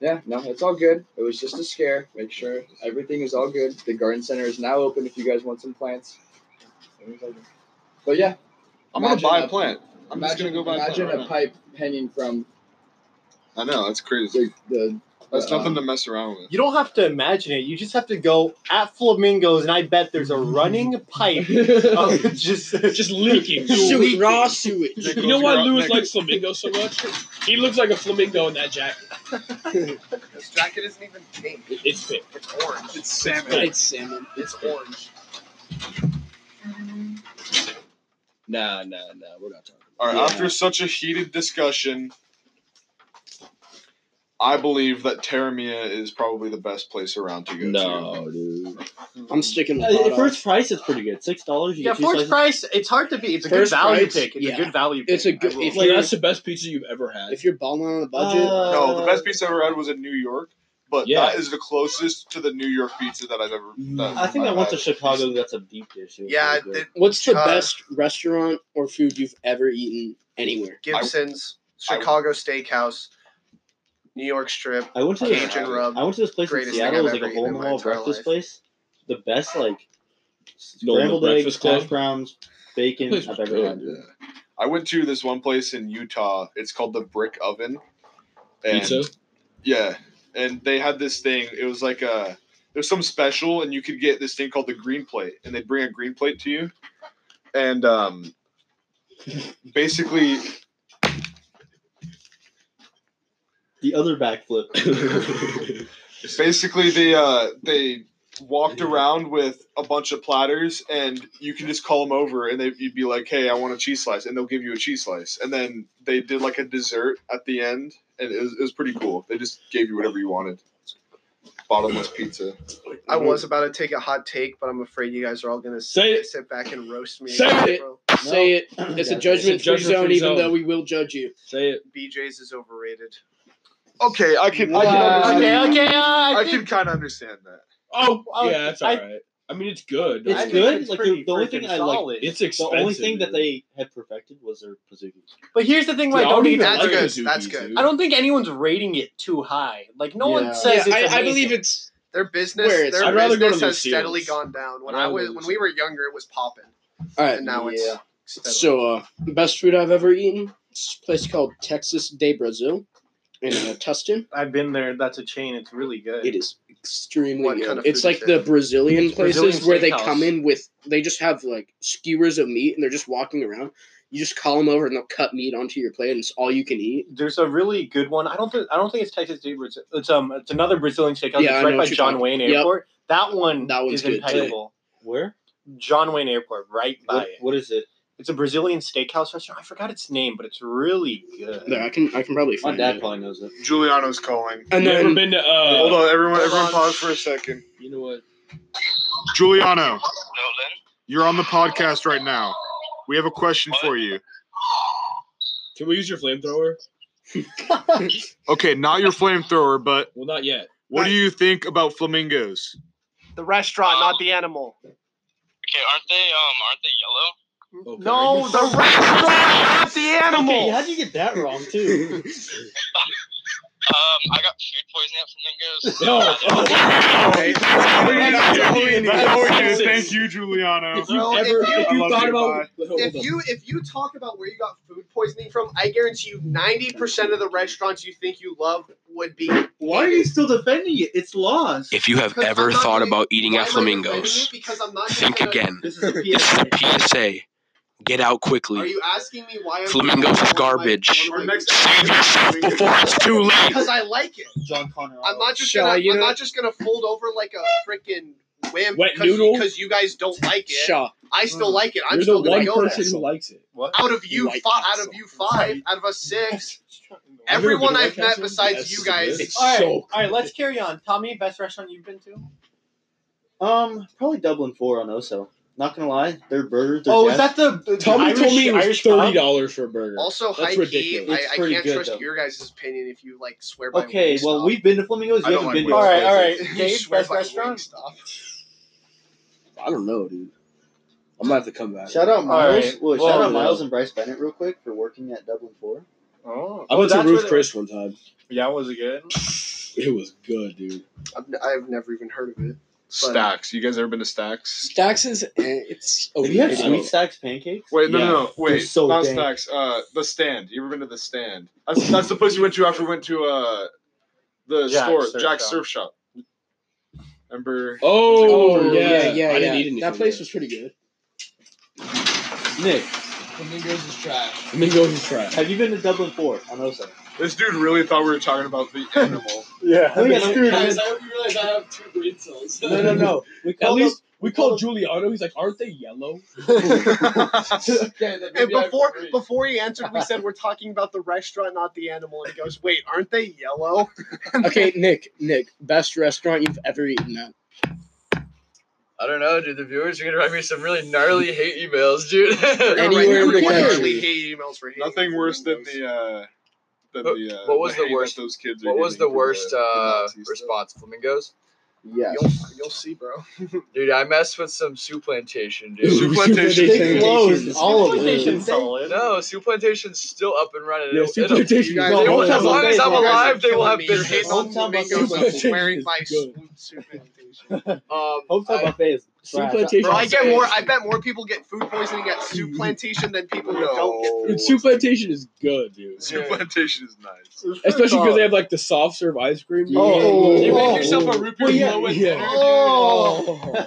I: yeah, no, it's all good. It was just a scare. Make sure everything is all good. The garden center is now open if you guys want some plants. Everything's open. But yeah,
A: I'm gonna
I: Imagine
A: buy a
I: that-
A: plant. I'm
I: imagine,
A: just gonna go buy a
I: imagine
A: plant.
I: a
A: right
I: pipe hanging from
A: now. I know that's crazy.
I: the, the
A: That's
I: uh,
A: nothing to mess around with.
F: You don't have to imagine it. You just have to go at flamingos, and I bet there's a running pipe
J: Oh,
F: of just
J: Just leaking.
B: Sewage, raw sewage.
J: You know why Lewis likes flamingos so much? He looks like a flamingo in that jacket.
D: This jacket isn't even pink.
J: It's fit.
D: It's orange.
A: It's salmon.
B: It's salmon.
D: It's orange.
E: Nah, nah, nah. We're not talking.
A: All right.
B: Yeah.
A: After such a heated discussion, I believe that Terramia is probably the best place around to go to.
E: No, dude.
B: I'm sticking with
E: Uh,
B: Hotdog.
E: first price is pretty good. Six dollars.
F: Yeah, first price. It's hard to beat. It's a
B: First
F: good value
B: price,
F: pick. It's
B: yeah.
F: a good value.
B: It's a
F: pick, I
B: good-
F: will.
B: if
J: Like
B: you're-
J: that's the best pizza you've ever had.
B: If you're balling on a budget,
A: No, the best pizza I've ever had was in New York, but
E: Yeah.
A: that is the closest to the New York pizza that I've ever. That
E: I think I
A: I've
E: went to
A: had.
E: Chicago. That's a deep dish. It was
D: Yeah,
E: really good.
D: the
B: what's the
D: Uh,
B: best restaurant or food you've ever eaten anywhere?
D: Gibson's,
A: I-
D: Chicago Steakhouse, New York Strip,
E: I went to this,
D: Cajun Rub.
E: I went to this place in
D: Greatest thing
E: Seattle. It was
D: I've
E: like a
D: ever
E: hole
D: eaten
E: in
D: in
E: the
D: my
E: wall
D: entire
E: breakfast
D: life.
E: place. The best like
J: No, the
E: scrambled eggs,
J: Breakfast Club.
E: hash browns, bacon
J: Place
E: I've
J: was
E: ever
J: good.
E: had. dude.
A: I went to this one place in Utah. It's called the Brick Oven. And
J: Pizza.
A: Yeah, and they had this thing. It was like a there's some special, and you could get this thing called the green plate, and they bring a green plate to you, and um, basically,
E: The other backflip.
A: basically they uh they walked around with a bunch of platters, and you can just call them over, and they you'd be like, hey, I want a cheese slice, and they'll give you a cheese slice, and then they did like a dessert at the end, and it was, it was pretty cool. They just gave you whatever you wanted. Bottomless pizza.
D: I
A: Mm-hmm.
D: was about to take a hot take, but I'm afraid you guys are all gonna
J: Say
D: sit,
J: it.
D: sit back and roast me.
J: Say it.
D: Bro,
B: Say it. It's a judgment free
J: judgment-free
B: zone, even
J: zone.
B: though we will judge you.
J: Say it.
D: BJ's is overrated.
A: Okay, I can. I can
B: Wow.
A: understand
F: okay, okay. Uh, I,
A: I can
F: think,
A: kind of understand that.
J: Oh,
F: I-
J: yeah, that's
F: I-
J: all right. I mean, it's good.
E: It's
J: I mean,
E: good.
F: it's
E: like
F: pretty
E: the, the only
F: freaking
E: thing I
F: solid.
E: like.
J: It's
E: The
J: expensive.
E: only thing that
J: dude.
E: they had perfected was their pizookies.
F: but here's the thing.
J: Dude, I
F: Like,
J: don't even
D: That's
J: like
D: good.
J: Pizookies,
D: That's good.
J: dude.
F: I don't think anyone's rating it too high. Like, no
I: Yeah.
F: one says
B: yeah,
F: it's
B: I, I believe
F: amazing.
B: it's
D: Their business,
B: Where it's-
D: their
J: I'd rather go to
D: business has
J: Lucille's.
D: steadily gone down. When
J: I'd
D: I
J: rather go
D: was
J: to
D: when we were younger, it was popping,
B: all right.
D: and now
I: yeah.
D: it's steadily.
B: So, uh, the best food I've ever eaten. It's a place called Texas de Brazil in uh, Tustin.
F: I've been there. That's a chain. It's really good.
B: It is extremely
D: What
B: good.
D: kind of
B: it's
D: food
B: like
D: is
B: the
D: it?
B: Brazilian places
F: Brazilian
B: where they
F: steakhouse.
B: come in with they just have like skewers of meat and they're just walking around. You just call them over and they'll cut meat onto your plate and it's all you can eat.
F: There's a really good one. I don't think I don't think it's Texas Day. It's, it's um it's another Brazilian steakhouse.
B: Yeah, I
F: it's
B: know
F: right by
B: what you're
F: John
B: talking-
F: Wayne
B: Yep.
F: Airport. That one
B: That one's
F: is
B: good, too.
F: impeccable.
E: Where?
F: John Wayne Airport, right by
E: What,
F: it.
E: what is it?
F: It's a Brazilian steakhouse restaurant. I forgot its name, but it's really good.
B: There, I can I can probably
E: My
B: find
E: dad
B: it.
E: probably knows it.
A: Juliano's calling.
B: And
J: Never
B: then
J: been to. Uh,
A: Hold on, everyone.
F: Hold
A: Everyone,
F: on.
A: pause for a second.
J: You know what?
A: Juliano, you're on the podcast right now. We have a question for you.
J: Can we use your flamethrower?
A: Okay, not your flamethrower, but
J: Well, not yet.
A: what do you think about flamingos?
F: The restaurant, not the animal.
K: Okay, aren't they um aren't they yellow?
J: Okay.
F: No, the restaurant, not the animal.
E: Okay, how'd you get that wrong too?
K: Um, I got food poisoning at flamingos.
J: No.
A: Okay,
J: That's it.
A: Thank you, Juliano.
J: If you
D: Bro, if
J: ever,
D: you-
J: if
A: I
J: you
A: love
J: thought
A: you,
J: about, hold
D: If
J: on.
D: you if you talk about where you got food poisoning from, I guarantee you ninety percent of the restaurants you think you love would be.
E: Why are you still defending it? It's lost.
L: If you have
D: Because
L: ever
D: I'm not
L: thought
D: doing-
L: about eating
D: Why
L: at
D: am I defending
L: flamingos,
D: it? Because I'm not
L: think
D: gonna-
L: again.
E: This is a
L: This is
E: PSA.
L: a PSA. Get out
D: Are
L: quickly.
D: you asking me why? I'm
L: Flamingos is
D: One of my-
L: garbage.
D: one of my-
L: Save yourself before it's too late.
D: Because I like it.
E: John Connor.
D: I'm not just
B: Shaw,
D: gonna.
B: you
D: I'm
B: know-
D: not just gonna fold over like a freaking wimp
J: Wet
D: because
J: noodle? Mm.
D: you guys don't like it.
B: Shaw.
D: I still like it. I'm
J: You're
D: still
J: the one
D: gonna go
J: person
D: there.
J: who likes it.
D: Out of you,
B: White
D: five, out
B: Castle.
D: of you five, out of us six,
J: I've never been
D: everyone
J: to
D: I've
J: White
D: met
J: Castle.
D: besides
J: Yes,
D: you
J: it
D: guys.
J: is.
F: all right,
J: So
F: all right. Let's carry on. Tommy, best restaurant you've been to?
E: Um, probably Dublin Four on Oso. Not gonna lie, their burgers. Their
D: Oh, is that the, the
C: Tommy
D: Irish,
C: told me it was
D: Irish
C: thirty dollars for a burger.
D: Also,
C: That's
D: high key,
C: ridiculous.
D: I,
E: It's
D: I
E: pretty
D: can't
E: good,
D: trust
E: though.
D: your guys' opinion if you like swear by.
E: Okay,
D: Wingstop.
E: well, we've been to Flamingos.
D: I
E: You
D: don't like
E: haven't been to.
D: Wingstop.
E: those
D: All right, all
E: places.
D: You
F: Gabe's
D: swear
F: best
D: by
F: restaurant?
D: Wingstop.
C: I don't know, dude. I'm gonna have to come back.
E: Shout out Miles.
F: right,
E: Well,
F: well,
E: shout out
C: yeah.
E: Miles and Bryce Bennett real quick for working at Dublin Four.
F: Oh,
C: I
F: Oh,
C: went
F: that's
C: to
F: where
C: Ruth
F: they-
C: Chris one time.
F: Yeah, was it good?
C: It was good, dude.
D: I've, n- I've never even heard of it.
A: Stacks. You guys ever been to Stacks?
B: Stacks is eh, it's
C: Have you had
E: Hey,
C: So-
E: Sweet Stacks pancakes.
A: Wait, no,
C: Yeah.
A: no, no. Wait,
E: so
A: not
E: dank.
A: Stacks. Uh, the Stand. You ever been to the Stand? That's that's the place we went to after we went to uh the
F: Jack's
A: store,
F: Surf
A: Jack's
F: Shop.
A: Surf Shop. Remember?
C: Oh,
B: yeah, yeah,
C: I
B: yeah.
C: didn't eat anything.
B: that place
C: there.
B: was pretty good.
E: Nick,
J: Flamingos is trash.
C: Flamingos is trash.
E: have you been to Dublin Four on Osa?
A: This dude really thought we were talking about the animal.
F: Yeah.
E: Oh, yeah, no,
J: Guys, I hope you realize I have two brain cells.
E: no, no, no. We
J: At
E: called
J: least
E: up-
J: we
E: call
J: called Giuliano. He's like, aren't they yellow?
D: yeah, and before before he answered, we said we're talking about the restaurant, not the animal. And he goes, "Wait, aren't they yellow?"
B: Okay, Nick, Nick, best restaurant you've ever eaten at.
M: I don't know, dude. The viewers are gonna write me some really gnarly hate emails, dude.
B: Anywhere in the
D: Everyone
B: country.
D: really hate emails for hating.
A: Nothing worse than the uh than
M: What-
A: the uh,
M: what was the
A: hate
M: worst-
A: that those kids are
M: what was
A: getting
M: the
A: from
M: worst
A: the
M: uh,
A: Nazi stuff.
M: response? Flamingos,
I: Yes.
D: You'll, you'll see, bro.
M: dude. I messed with some Sioux plantation,
C: Ooh,
M: dude.
A: Soup plantation.
C: Plantation.
E: closed all of
F: Plantation
E: them.
F: Plantation's solid.
M: No, Sioux plantation's still up and running.
C: Yeah,
M: It'll-
C: Soup
M: it'll-
C: Plantation.
D: guys-
C: is
M: they
D: No,
M: will-
D: hold
M: as
D: on,
M: long
D: hold
M: as
D: on,
M: I'm
D: hold on.
M: alive, they will have
D: You're
M: been
D: hating
M: hating
D: on
M: on.
D: flamingos
C: Soup
D: and swearing
C: Plantation
D: by
C: is good.
D: swoop soup plantation.
M: Um,
E: Hometown
M: I,
E: buffet is
C: Soup
E: trash.
C: plantation.
D: Bro, I
M: Sounds
D: get
M: good.
D: more. I bet more people get food poisoning at soup plantation than people who don't get.
C: Dude, Soup Plantation is good, dude.
A: Soup plantation is nice.
C: Especially because they have like the soft serve ice cream.
E: Oh,
A: You
E: oh,
A: make yourself a root beer
C: Well, yeah,
A: blow at
C: yeah.
A: dinner, dude.
E: Oh.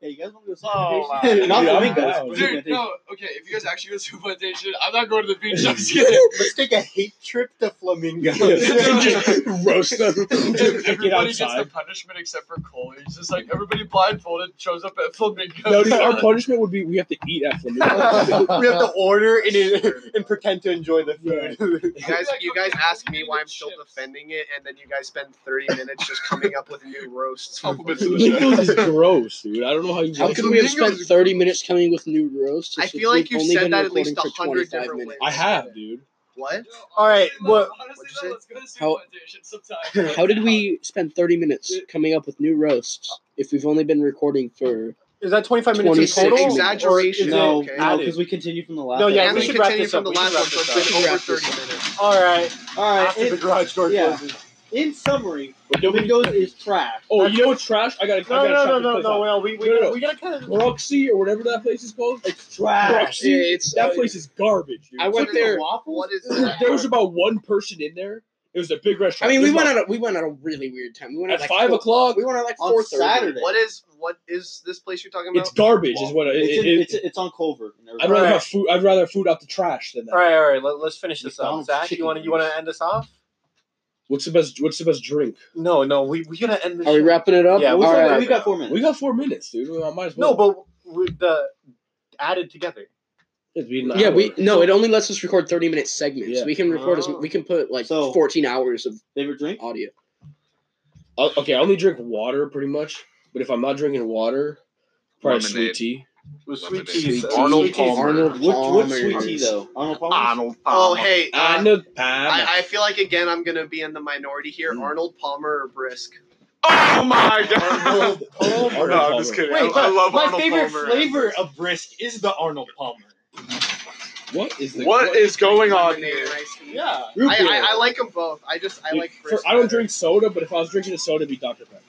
E: hey, you guys want to go
M: Oh,
E: Soup
M: wow.
E: Plantation? Not
C: Dude, I'm
E: Flamingos.
C: down.
E: Soup
M: dude,
E: Plantation.
M: no, okay. If you guys actually go to Sioux plantation, I'm not going to the beach. I'm just kidding.
E: Let's take a hate trip to Flamingos.
C: Yeah. And just roast them.
M: Dude,
C: Just get
M: everybody gets the
C: outside.
M: punishment except for Cole. He's just like everybody blindfolded shows up at Flamingo.
C: No, dude, our punishment would be we have to eat at Flamingo.
E: we have to order and, and pretend to enjoy the food.
D: You guys, you guys ask me why I'm still defending it, and then you guys spend 30 minutes just coming up with new roasts.
A: Compliments to the chef.
C: Flamingos is gross, dude. I don't know how you.
B: How
C: like
B: could
C: it.
B: we have spent thirty minutes coming with new roasts?
D: I
B: if
D: feel like
B: we've
D: you've
B: only
D: said
B: been
D: that at
B: recording
D: least
B: for
D: 100
B: 25
D: different ways.
B: minutes.
C: I have, dude.
D: What?
E: All right,
M: Well,
E: what-
M: honestly,
D: What'd
M: though,
D: you say?
M: let's go to Sioux
B: How-
M: plantation sometime.
B: How did we spend thirty minutes coming up with new roasts if we've only been recording for?
E: Is that 25
B: minutes in
D: It's an
B: total?
D: exaggeration.
E: No,
D: okay.
E: no, because we continue from the last. No, yeah,
D: and
E: we
D: we
E: should
D: continue from the last one, so it's been over
B: wrap
D: 30 minutes.
E: All right, all right. In,
F: garage door
E: yeah. in summary,
C: But nobody-
E: Windows is trash.
C: Oh, you know what's trash? I gotta. I gotta check this place out.
E: no. We,
C: No, no, no.
E: gotta kind of.
C: Roxy or whatever that place is called.
E: It's trash.
C: Roxy.
B: it's
C: That place is garbage, dude.
B: I
D: What
B: went
D: is
B: there.
D: waffles? What is that?
C: there was about one person in there. It was a big
B: I
C: restaurant.
B: mean, we
C: There's
B: went
C: about-
B: at a, we went at a really weird time. We went
C: at
B: at like
C: five
B: four-
C: o'clock.
B: We went at like
E: On
B: four thirty.
E: Saturday.
D: What is what is this place you're talking about?
C: It's garbage, is what it,
E: It's,
C: it,
E: in,
C: it-
E: it's, it's on Culver. and
C: I'd
E: everything.
C: rather
F: Alright.
C: have food. I'd rather have food out the trash than that.
F: All right, all right. Let, let's finish this
E: McDonald's
F: up. Zach,
E: chicken
F: you want to you want
E: wings.
F: to end us off?
C: What's the best? What's the best drink?
F: No, no. We we gonna end this.
B: Are we
F: shit.
B: wrapping it up?
F: Yeah,
E: Yeah,
B: All
E: we,
F: we'll
E: got,
B: right.
E: we got four minutes.
C: We got four minutes, dude. Well, I might as
F: No,
C: well.
F: but we, the added together.
C: It's been an
B: Yeah,
C: hour.
B: we no. It only lets us record thirty minute segments.
C: Yeah.
B: We can record as
F: Oh.
B: we can put like
E: So-
B: fourteen hours of
E: Favorite drink?
B: audio.
C: Uh, okay, I only drink water pretty much. But if I'm not drinking water, probably sweet
A: Lemonade.
C: tea.
F: With sweet
A: Lemonade.
F: cheese.
A: Sweet Arnold
F: sweet cheese.
A: Palmer.
B: Arnold
E: What, what
B: Palmer.
E: sweet tea though? Arnold Palmer.
D: Oh hey,
F: Ah,
C: I
D: uh,
C: know.
D: I, I feel like again I'm gonna be in the minority here. Arnold Palmer or Brisk?
A: Oh my god!
C: Arnold
A: no, I'm
C: Palmer.
A: just kidding. I,
E: Wait,
A: I love
E: my
A: Arnold
E: favorite
A: Palmer.
E: flavor of brisk is the Arnold Palmer.
C: What is the?
A: What is going on
D: Lemonade
A: here?
D: or iced tea?
E: Yeah.
D: I, I, I like them both. I just I
C: Dude,
D: like
C: for-
D: Brisk.
C: I don't
D: better.
C: drink soda, but if I was drinking a soda, it'd be Dr Pepper.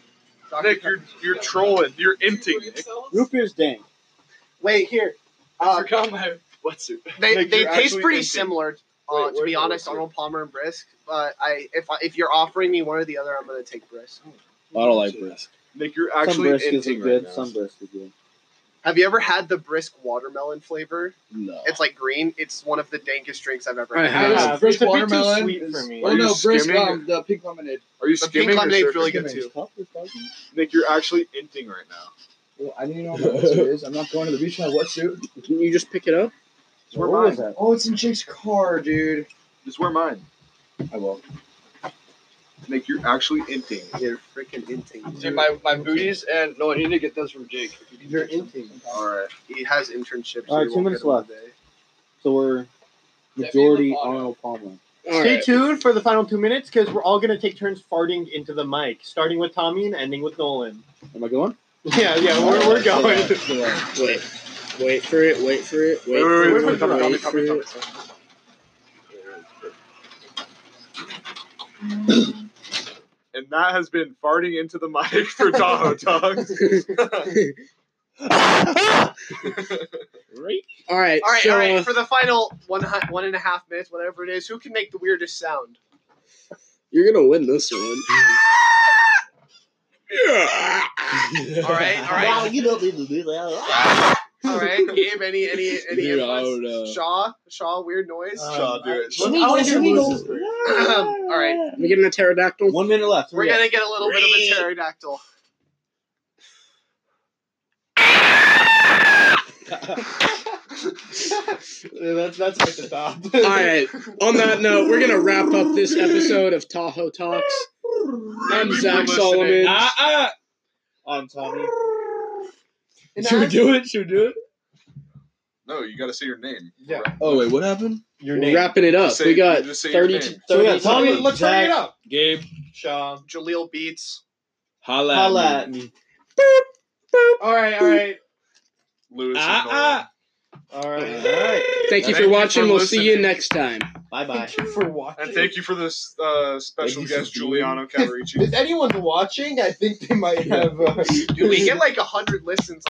D: Dr.
A: Nick,
D: Pepper.
A: you're you're trolling. You're inting. Nick.
E: Root beer's dank.
D: Wait here. Uh,
A: forgot my what's it?
D: they
A: Nick,
D: they
A: you're
D: taste
A: actually
D: pretty
A: inting.
D: similar.
A: Wait,
D: Uh, to
A: where's
D: be
A: the
D: honest,
A: whiskey?
D: Arnold Palmer and Brisk. But I if I, if you're offering me one or the other, I'm gonna take Brisk.
C: I don't like brisk.
A: Nick, you're
E: Some
A: actually
E: brisk is
A: inting right
E: good.
A: now.
E: some brisk is good.
D: Have you ever had the Brisk watermelon flavor?
C: No.
D: It's like green. It's one of the dankest drinks I've ever
B: I
D: had.
B: have.
F: Yeah,
B: Fresh
F: it's a bit too
B: watermelon
F: Sweet for me.
A: Are
I: Oh
A: you
I: no, brisk
A: skimming?
I: um, the pink lemonade.
A: Are you
D: The
A: skimming
D: pink
A: or
D: lemonade's
A: surfing?
D: really good too.
A: Nick, you're actually inting right now.
I: Well, I didn't know what my wetsuit is. I'm not going to the beach in my wetsuit.
B: Can you just pick it up?
E: Where
I: What
E: was
I: was
E: that?
I: Oh, it's in Jake's car, dude.
A: Just wear mine.
I: I will.
A: Like you're actually inting.
D: You're freaking inting.
M: Dude, my, my booties and no, I need to get those from Jake.
D: You're inting. All right. He has internships.
E: All right,
D: you
E: two
D: won't
E: minutes
D: get them
E: left.
D: today.
E: So we're majority Arnold Palmer.
N: Stay tuned for the final two minutes because we're all gonna take turns farting into the mic, starting with Tommy and ending with Nolan.
E: Am I going?
N: Yeah, yeah, we're, we're going.
B: Wait, wait for it. Wait for it. Wait, for it. Wait, for it.
A: And that has been farting into the mic for Tahoe Tongues.
C: Right?
B: All right.
D: All right,
B: so, uh,
D: all right. For the final one, hu- one and a half minutes, whatever it is, who can make the weirdest sound?
B: You're gonna win this one.
D: All right, all right.
E: you know people do that.
D: All right, Gabe. Any any any
E: Dude, I
D: inputs?
E: don't know.
D: Shaw, Shaw, weird noise.
E: Uh,
B: Um,
A: Shaw, do it.
D: Let me
B: I wanna
D: go,
B: hear
D: let me
B: Lewis's
D: go.
B: first.
D: all right,
B: We getting a pterodactyl?
E: One minute left.
D: we're gonna get a little bit of a pterodactyl.
E: that's that's right at the top.
B: All right. On that note, we're gonna wrap up this episode of Tahoe Talks. I'm Zach Solomon.
J: Ah,
E: On Tommy.
D: And
C: Should we
D: as-
C: do it? Should we do it?
A: No, you got to say your name.
D: Yeah.
E: Oh wait, what happened?
B: We're wrapping it up.
A: Just say-
B: we got
A: just say your
B: 30
A: name.
B: to
E: So
B: 30
E: we got Tommy,
B: seconds.
E: let's hurry it up.
C: Gabe,
D: Shaw, Jaleel Beats.
C: holla.
E: Holla
C: Holla.
E: at me.
D: All right, all right,
A: Lewis.
C: Ah, ah.
E: All right.
B: Thank you
A: Thank you
B: for watching.
A: for
B: We'll see you
A: listening.
B: next time.
E: Bye bye.
J: you for
A: And,
J: watching.
A: and thank you for this uh, special
E: Thank you for
A: guest, Giuliano
N: If,
A: Cavarici.
N: if anyone's watching, I think they might have. Uh,
D: dude. We get like hundred listens